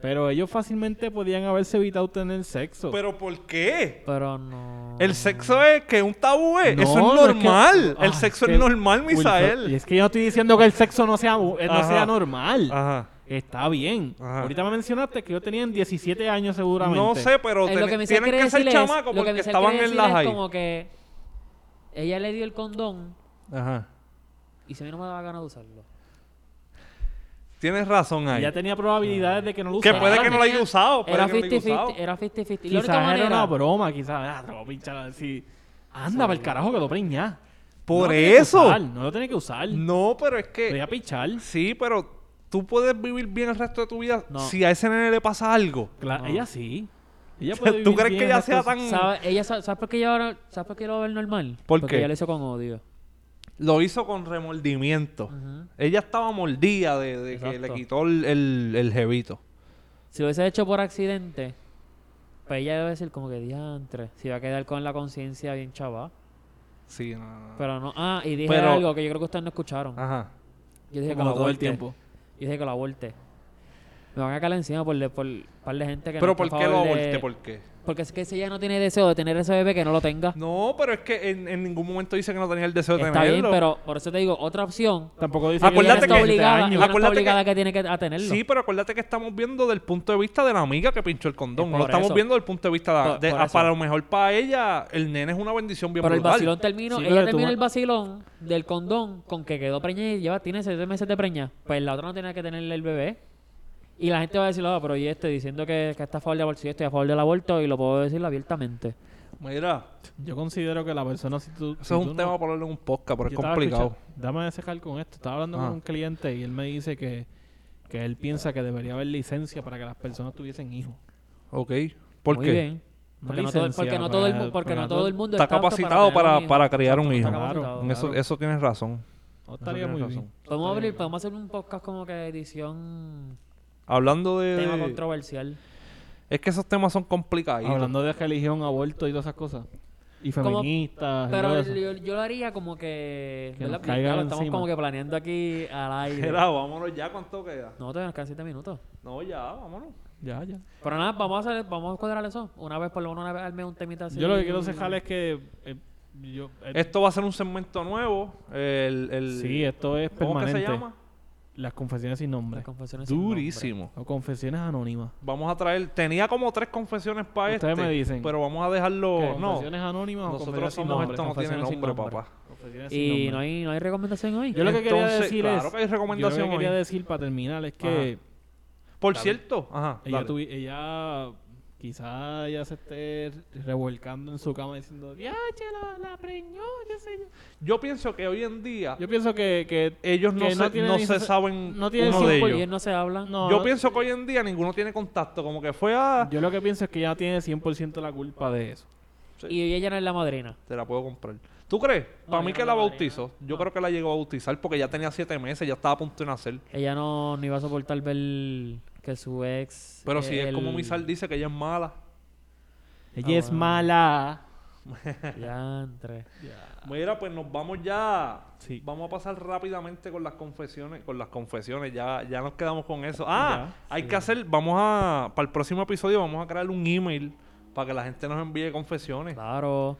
Speaker 2: Pero ellos fácilmente podían haberse evitado tener sexo.
Speaker 1: ¿Pero por qué?
Speaker 3: Pero no.
Speaker 1: El sexo es que un tabú es.
Speaker 2: No,
Speaker 1: eh, eso
Speaker 2: no
Speaker 1: es
Speaker 2: es que-
Speaker 1: normal.
Speaker 2: Ay,
Speaker 1: el sexo
Speaker 2: que-
Speaker 1: es normal,
Speaker 2: Wilfred, Y
Speaker 1: Misael.
Speaker 2: es que yo no estoy diciendo que el sexo no sea, bu- eh, no
Speaker 1: Ajá.
Speaker 2: sea normal.
Speaker 1: Ajá.
Speaker 2: Está bien.
Speaker 1: Ajá.
Speaker 2: Ahorita me mencionaste que yo tenía 17 años seguramente.
Speaker 1: No sé, pero
Speaker 3: Eh,
Speaker 1: ten-
Speaker 3: lo que me
Speaker 1: tienen que ser chamacos
Speaker 3: lo que
Speaker 1: porque
Speaker 3: Michelle
Speaker 1: estaban
Speaker 3: quiere
Speaker 1: en la
Speaker 3: decir es
Speaker 1: high.
Speaker 3: como que ella le dio el condón
Speaker 1: Ajá.
Speaker 3: y si a mí no me daba ganas de usarlo.
Speaker 1: Tienes razón
Speaker 2: Y
Speaker 1: ahí.
Speaker 2: ya tenía probabilidades de que no lo
Speaker 1: Que
Speaker 2: usara.
Speaker 1: puede que no lo haya
Speaker 3: tenía-
Speaker 1: usado. Puede
Speaker 3: Era Eh,
Speaker 1: que no lo haya
Speaker 3: 50-50.
Speaker 1: usado.
Speaker 3: Era 50-50. La
Speaker 2: Quizás
Speaker 3: única
Speaker 2: era
Speaker 3: manera-
Speaker 2: una broma, quizás. Ah, te voy a pinchar así. Anda, para el carajo que lo preñá. No
Speaker 1: Por
Speaker 2: lo tenía que
Speaker 1: eso.
Speaker 2: usar, no lo tenía que usar.
Speaker 1: No, pero es
Speaker 2: Lo iba
Speaker 1: que.
Speaker 2: a pinchar.
Speaker 1: Sí, pero tú puedes vivir bien el resto de tu vida
Speaker 3: No.
Speaker 1: si a ese nene le pasa algo.
Speaker 2: Cla-
Speaker 3: No.
Speaker 2: Ella sí. Ella
Speaker 1: Ah. (laughs) ¿Tú
Speaker 2: puede vivir
Speaker 1: crees
Speaker 2: bien
Speaker 1: que ella
Speaker 2: esas
Speaker 1: sea
Speaker 2: cosas.
Speaker 1: tan-
Speaker 3: ¿Sabe- ella, sa- ¿Sabes por qué ella ahora- sabes por qué lo va a ver normal?
Speaker 1: Mm. ¿Por
Speaker 3: Porque
Speaker 1: qué?
Speaker 3: ella lo hizo con odio.
Speaker 1: Lo hizo con remordimiento.
Speaker 3: Ujú.
Speaker 1: Ella estaba mordida de, de que le
Speaker 3: Exacto.
Speaker 1: quitó el, el, el jevito.
Speaker 3: Si lo hubiese hecho por accidente, pues ella debe decir como que diantre. Si va a quedar con la conciencia bien chava.
Speaker 1: Sí, no, no, no.
Speaker 3: Pero no. Ah, y dije
Speaker 1: Pero-
Speaker 3: algo que yo creo que ustedes no escucharon.
Speaker 1: Ajá.
Speaker 3: Yo dije que
Speaker 2: Como
Speaker 3: la
Speaker 2: todo el
Speaker 3: aborte.
Speaker 2: tiempo.
Speaker 3: Yo dije que lo aborte. Me van a caer encima por, le- por un par de gente que
Speaker 1: Pero
Speaker 3: no está
Speaker 1: ¿por qué
Speaker 3: a
Speaker 1: lo
Speaker 3: favor de-
Speaker 1: aborté? ¿Por qué?
Speaker 3: Porque es que si ella no tiene deseo de tener ese bebé, que no lo tenga.
Speaker 1: No, pero es que en, en ningún momento dice que no tenía el deseo de
Speaker 3: Está bien,
Speaker 1: tenerlo.
Speaker 3: pero por eso te digo, otra opción.
Speaker 2: Tampoco dice
Speaker 3: Ella no
Speaker 1: Acuérdate
Speaker 2: que,
Speaker 3: está
Speaker 1: que-
Speaker 3: obligada, ella no está
Speaker 1: acuérdate
Speaker 3: obligada que... tiene que a tenerlo.
Speaker 1: Sí, pero acuérdate que estamos viendo del punto de vista de la amiga que pinchó el condón.
Speaker 3: Es
Speaker 1: No lo
Speaker 3: por
Speaker 1: estamos
Speaker 3: eso.
Speaker 1: viendo del punto de vista de,
Speaker 3: Por-
Speaker 1: de-
Speaker 3: por
Speaker 1: ah,
Speaker 3: eso.
Speaker 1: para lo mejor para ella el nene es una bendición bien
Speaker 3: Pero el
Speaker 1: brutal.
Speaker 3: vacilón terminó,
Speaker 2: Sí, pero
Speaker 3: ella
Speaker 2: tú
Speaker 3: terminó
Speaker 2: ma-
Speaker 3: el vacilón del condón con que quedó preñada y lleva, tiene seis meses de preña. Pues la otra no tenía que tenerle el bebé. Y la gente va a decir, ah, pero y este diciendo que, que está a favor del aborto, sí, estoy a favor del aborto y lo puedo decir abiertamente.
Speaker 1: Mira,
Speaker 2: Yo considero que la persona, si tú.
Speaker 1: eso
Speaker 2: si
Speaker 1: es
Speaker 2: tú
Speaker 1: un
Speaker 2: no-
Speaker 1: tema para hablar en un podcast, pero
Speaker 2: Yo
Speaker 1: es
Speaker 2: estaba
Speaker 1: complicado. Ah.
Speaker 2: escucha- Dame secar con esto. Estaba hablando
Speaker 1: Ajá.
Speaker 2: con un cliente y él me dice que, que él piensa que debería haber licencia para que las personas tuviesen hijos.
Speaker 1: Ok. ¿Por
Speaker 3: Muy
Speaker 1: qué?
Speaker 3: bien.
Speaker 2: Una
Speaker 3: Porque no, todo,
Speaker 2: licencia
Speaker 3: porque no todo el,
Speaker 2: para-
Speaker 3: mu- porque
Speaker 2: para
Speaker 3: no
Speaker 2: todo-
Speaker 3: todo el mundo
Speaker 1: Está
Speaker 3: apto
Speaker 1: capacitado
Speaker 3: tener
Speaker 1: para,
Speaker 3: un hijo.
Speaker 1: para criar un
Speaker 3: Exacto,
Speaker 1: hijo.
Speaker 3: está
Speaker 2: Claro.
Speaker 3: capacitado,
Speaker 1: En Eso,
Speaker 3: claro.
Speaker 1: eso tienes razón.
Speaker 2: No estaría
Speaker 1: tienes
Speaker 2: muy
Speaker 1: razón.
Speaker 2: bien.
Speaker 3: Podemos abrir, podemos hacer un podcast como que edición
Speaker 1: Hablando de...
Speaker 3: tema
Speaker 1: de-
Speaker 3: controversial.
Speaker 1: Es que esos temas son complicados.
Speaker 2: Hablando de religión, aborto y todas esas cosas. Y
Speaker 3: Como-
Speaker 2: feministas. y todo
Speaker 3: Pero
Speaker 2: eso.
Speaker 3: yo, yo lo haría como que,
Speaker 2: Que nos
Speaker 3: ¿verdad?
Speaker 2: caigan
Speaker 3: Ya lo estamos
Speaker 2: encima.
Speaker 3: como que planeando aquí
Speaker 1: (laughs)
Speaker 3: al aire.
Speaker 1: Era, vámonos ya, ¿cuánto queda?
Speaker 3: No, todavía nos quedan 7 minutos.
Speaker 1: No, ya, vámonos.
Speaker 2: Ya, ya.
Speaker 3: Pero nada, vamos a hacer, vamos a cuadrar eso. Una vez, por lo menos una vez al mes un temita
Speaker 1: Ah,
Speaker 3: así.
Speaker 2: Yo lo que quiero cejar es que. eh, yo, eh,
Speaker 1: Esto va a ser un segmento nuevo. El, el-
Speaker 2: sí, esto es
Speaker 1: ¿Cómo que
Speaker 2: permanente.
Speaker 1: se llama?
Speaker 2: Las confesiones sin nombre.
Speaker 3: Las confesiones sin nombre.
Speaker 1: Durísimo.
Speaker 2: O confesiones anónimas.
Speaker 1: Vamos a traer... Tenía como tres confesiones para este.
Speaker 2: Ustedes me dicen.
Speaker 1: Pero vamos a dejarlo...
Speaker 2: ¿Qué?
Speaker 1: No,
Speaker 2: confesiones anónimas o
Speaker 1: nosotros
Speaker 2: confesiones sin
Speaker 1: somos
Speaker 2: nombre.
Speaker 1: esto, no tiene
Speaker 3: confesiones sin
Speaker 1: nombre,
Speaker 3: nombre.
Speaker 1: papá.
Speaker 2: Confesiones sin
Speaker 3: Y
Speaker 2: nombre.
Speaker 3: no hay, no hay recomendación hoy.
Speaker 2: Yo lo que quería
Speaker 1: Entonces,
Speaker 2: decir
Speaker 1: claro
Speaker 2: es.
Speaker 1: que hay recomendación
Speaker 2: yo lo que quería
Speaker 1: hoy.
Speaker 2: decir para terminar es que
Speaker 1: Por cierto... Ajá,
Speaker 2: ella,
Speaker 1: dale.
Speaker 2: tuvi- ella quizá ella se esté revolcando en su cama diciendo, ya, che, la, la preñó, qué sé yo.
Speaker 1: Yo pienso que hoy en día...
Speaker 2: Yo pienso que, que
Speaker 1: Ellos no,
Speaker 2: que
Speaker 1: se,
Speaker 2: tiene
Speaker 1: no
Speaker 2: ni
Speaker 1: se
Speaker 2: ses-
Speaker 1: saben
Speaker 2: no tiene
Speaker 1: uno de
Speaker 2: cien por-
Speaker 1: ellos.
Speaker 3: ellos no se hablan.
Speaker 2: no,
Speaker 1: Yo pienso que hoy en día ninguno tiene contacto. Como que fue a...
Speaker 2: Yo lo que pienso es que ella tiene 100% la culpa de eso.
Speaker 3: Y ella no es la madrina.
Speaker 1: Te la puedo comprar. ¿Tú crees?
Speaker 3: No,
Speaker 1: Para
Speaker 3: yo
Speaker 1: mí
Speaker 3: no
Speaker 1: que
Speaker 3: la
Speaker 1: la
Speaker 3: daría.
Speaker 1: bautizo. Yo creo que la llegó a bautizar porque ya tenía siete meses, ya estaba a punto de nacer.
Speaker 3: Ella no, no iba a soportar ver que su ex.
Speaker 1: Pero si es como (laughs)
Speaker 2: Ah,
Speaker 3: mi
Speaker 1: Misal dice que ella es mala.
Speaker 2: Ella es mala.
Speaker 3: Ya entre.
Speaker 1: Mira, pues nos vamos ya.
Speaker 2: Sí.
Speaker 1: Vamos a pasar rápidamente con las confesiones. Con las confesiones, ya, ya nos quedamos con eso. Ah,
Speaker 2: Ya,
Speaker 1: hay que hacer, vamos a, para el próximo episodio vamos a crear un email para que la gente nos envíe confesiones.
Speaker 3: Claro.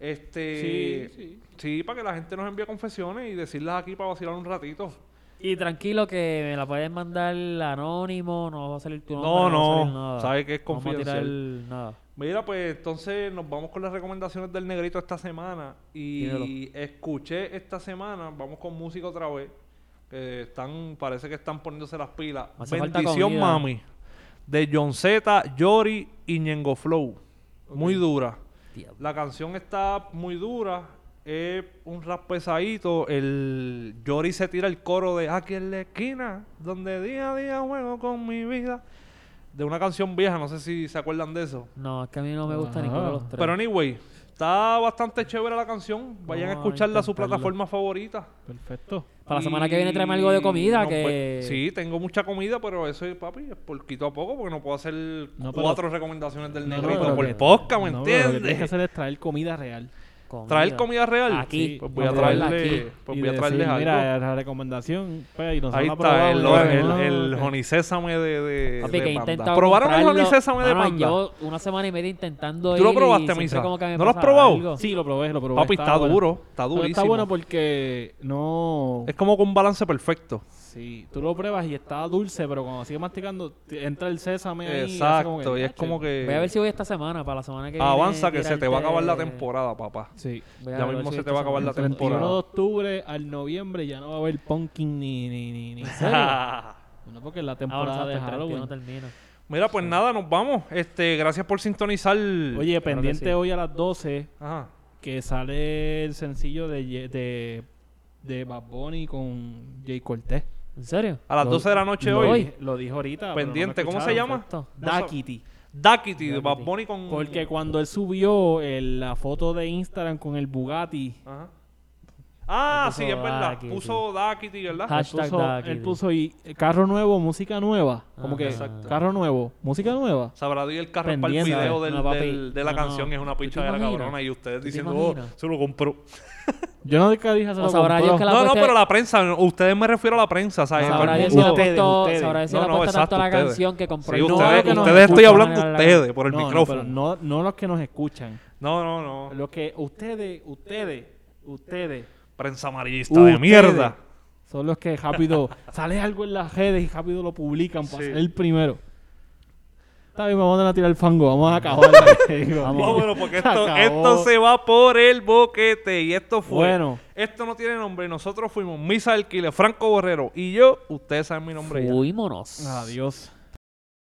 Speaker 1: Este,
Speaker 2: Sí, sí.
Speaker 1: para que la gente nos envíe confesiones y decirlas aquí para vacilar un ratito.
Speaker 3: Y tranquilo que me la puedes mandar anónimo, no va a salir tu
Speaker 1: No,
Speaker 3: nombre, no, va a
Speaker 1: no,
Speaker 3: salir nada.
Speaker 1: sabe que es
Speaker 3: No vamos a tirar
Speaker 1: confidencial.
Speaker 3: nada.
Speaker 1: Mira, pues entonces nos vamos con las recomendaciones del negrito esta semana. Y
Speaker 3: Dímelo.
Speaker 1: escuché esta semana, vamos con música otra vez. Que están, parece que están poniéndose las pilas.
Speaker 3: Hace falta
Speaker 1: Bendición,
Speaker 3: comida.
Speaker 1: mami. De John Z, Yori y Ñengo Flow. Muy dura.
Speaker 3: Diablo.
Speaker 1: La canción está muy dura. Es un rap pesadito. El Yori se tira el coro de aquí en la esquina, donde día a día juego con mi vida. De una canción vieja, no sé si se acuerdan de eso.
Speaker 3: No, es que a mí no me gusta ninguno de los tres.
Speaker 1: Pero anyway, está bastante chévere la canción. Vayan a
Speaker 3: Vamos a
Speaker 1: escucharla a su
Speaker 3: intentarlo.
Speaker 1: plataforma favorita.
Speaker 2: Perfecto.
Speaker 3: Para la semana que
Speaker 1: Y
Speaker 3: viene tráeme algo de comida
Speaker 1: no,
Speaker 3: que...
Speaker 1: pues, sí, tengo mucha comida, pero eso, papi, es poquito a poco porque no puedo hacer
Speaker 2: No, pero-
Speaker 1: cuatro recomendaciones del
Speaker 2: No,
Speaker 1: negrito
Speaker 2: pero
Speaker 1: por
Speaker 2: que-
Speaker 1: podcast, ¿me
Speaker 2: no, pero Lo que tienes que
Speaker 1: entiendes?
Speaker 2: hacer es traer comida real.
Speaker 1: Traer comida real.
Speaker 3: Aquí.
Speaker 1: Pues voy a
Speaker 3: Vamos a probarla
Speaker 1: traerle,
Speaker 3: aquí.
Speaker 1: pues
Speaker 2: Y
Speaker 1: voy a traerles
Speaker 2: decir,
Speaker 1: algo.
Speaker 2: Mira, la recomendación. pues, y nosotros
Speaker 1: Ahí
Speaker 2: la
Speaker 1: está el,
Speaker 2: probamos,
Speaker 1: el,
Speaker 2: ¿no?
Speaker 1: el
Speaker 2: Ok.
Speaker 1: honey sésame de, de,
Speaker 3: Papi,
Speaker 1: de
Speaker 3: que he
Speaker 1: panda.
Speaker 3: intentado
Speaker 1: ¿Probaron el honey
Speaker 3: comprarlo. Ah,
Speaker 1: sésame de
Speaker 3: Mano,
Speaker 1: panda?
Speaker 3: Llevo una semana y media intentando
Speaker 1: ¿Tú lo
Speaker 3: ir y
Speaker 1: probaste,
Speaker 3: siempre
Speaker 1: Misa?
Speaker 3: como que me
Speaker 1: ¿No lo has
Speaker 3: pasa
Speaker 1: probado?
Speaker 3: algo.
Speaker 2: Sí, lo probé, lo probé.
Speaker 1: Papi, está
Speaker 2: bueno.
Speaker 1: duro, está
Speaker 2: Pero Está
Speaker 1: durísimo.
Speaker 2: bueno pues. porque no...
Speaker 1: Es como con un balance perfecto.
Speaker 2: Sí, tú lo pruebas y está dulce, pero cuando sigues masticando, te- entra el sésame ahí. hace como que,
Speaker 1: Exacto, y es
Speaker 2: "Ache".
Speaker 1: como que...
Speaker 3: Voy a ver si voy esta semana, para la semana que
Speaker 1: Avanza
Speaker 3: viene.
Speaker 1: que se te va a acabar la
Speaker 3: tirarte-
Speaker 1: temporada, papá.
Speaker 2: Sí.
Speaker 3: Voy a
Speaker 1: Ya
Speaker 3: ver
Speaker 1: mismo
Speaker 3: si
Speaker 1: se
Speaker 3: esta
Speaker 1: te va a acabar
Speaker 3: semana-
Speaker 1: la
Speaker 2: Del 31 de
Speaker 1: temporada.
Speaker 2: octubre al noviembre ya no va a haber pumpkin ni... ni, ni,
Speaker 1: (laughs)
Speaker 2: ni serio. no, porque es la
Speaker 3: (laughs) Ah, bueno,
Speaker 2: temporada de
Speaker 3: exacto, el 31
Speaker 2: Halloween.
Speaker 3: termina.
Speaker 1: Mira, pues nada, nos vamos. Este, gracias por sintonizar.
Speaker 2: Oye,
Speaker 3: que
Speaker 2: pendiente
Speaker 3: sí.
Speaker 2: hoy a las 12
Speaker 1: Ajá.
Speaker 2: que sale el sencillo de, Ye- de, de Bad Bunny con Jay Cortez.
Speaker 3: ¿En serio?
Speaker 1: A las
Speaker 2: Lo-
Speaker 1: 12 de la noche
Speaker 2: lo-
Speaker 1: hoy.
Speaker 2: Lo dijo ahorita. pero no me
Speaker 1: Pendiente, ¿cómo se
Speaker 2: escucharon.
Speaker 1: llama?
Speaker 3: Perfecto.
Speaker 2: Daquiti.
Speaker 1: Duckity, de Bad Bunny con...
Speaker 2: Porque cuando él subió el- la foto de Instagram con el Bugatti,
Speaker 1: Ajá. Ah,
Speaker 3: Puso
Speaker 1: sí, es verdad.
Speaker 3: Duckity.
Speaker 1: Puso Duckity, ¿verdad?
Speaker 3: Hash- Hashtag
Speaker 2: puso,
Speaker 3: Daquiti.
Speaker 2: él puso y, eh, carro nuevo, música nueva. Como
Speaker 3: Ah,
Speaker 2: que
Speaker 3: exacto.
Speaker 2: carro nuevo, música nueva.
Speaker 1: Sabrá Dios el carro para el
Speaker 2: Pendiente.
Speaker 1: video del-
Speaker 3: No, papi.
Speaker 1: del- de la
Speaker 3: No, no.
Speaker 1: canción. Es una
Speaker 3: ¿Tú te
Speaker 1: picha de la
Speaker 3: imaginas?
Speaker 1: cabrona. Y ustedes
Speaker 3: ¿Tú te
Speaker 1: diciendo,
Speaker 3: imaginas?
Speaker 1: oh, se lo compró.
Speaker 2: Yo no dije que se
Speaker 3: O
Speaker 2: lo
Speaker 3: sabrá
Speaker 2: compró.
Speaker 3: Dios que la-
Speaker 1: No, no,
Speaker 3: apuesta-
Speaker 1: pero la prensa. Ustedes me refiero a la prensa, ¿sabes?
Speaker 2: No,
Speaker 1: Todo
Speaker 3: Sabrá
Speaker 1: el
Speaker 3: Dios
Speaker 1: mundo-
Speaker 3: si le
Speaker 2: Ustedes,
Speaker 3: apostó-
Speaker 2: ustedes.
Speaker 3: sabrá Dios si le
Speaker 1: No, no,
Speaker 3: apuesta tanto
Speaker 1: exacto,
Speaker 3: a la
Speaker 1: ustedes.
Speaker 3: canción que compró
Speaker 1: Sí,
Speaker 3: el
Speaker 2: no,
Speaker 1: ustedes,
Speaker 2: que nos
Speaker 1: ustedes estoy
Speaker 2: escuchan,
Speaker 1: hablando
Speaker 3: la- la-
Speaker 1: ustedes por el
Speaker 2: No, no,
Speaker 1: micrófono.
Speaker 2: pero No, no los que nos escuchan.
Speaker 1: No, no, no.
Speaker 2: Los que ustedes, ustedes, ustedes.
Speaker 1: Prensa amarillista de
Speaker 2: ustedes
Speaker 1: mierda.
Speaker 2: Son los
Speaker 1: (laughs)
Speaker 2: que rápido sale algo en las redes y rápido lo publican para
Speaker 1: Sí.
Speaker 2: ser el primero. Está bien, vamos a tirar el
Speaker 1: (laughs)
Speaker 2: fango, vamos a acabar. la que digo. (laughs)
Speaker 1: Vámonos, porque
Speaker 2: Se
Speaker 1: esto,
Speaker 2: acabó.
Speaker 1: esto se va por el boquete. Y esto fue.
Speaker 2: Bueno.
Speaker 1: Esto no tiene nombre. Nosotros fuimos Misa del Kile, Franco Borrero y yo. Ustedes saben mi nombre ya.
Speaker 3: Fuímonos.
Speaker 2: Adiós.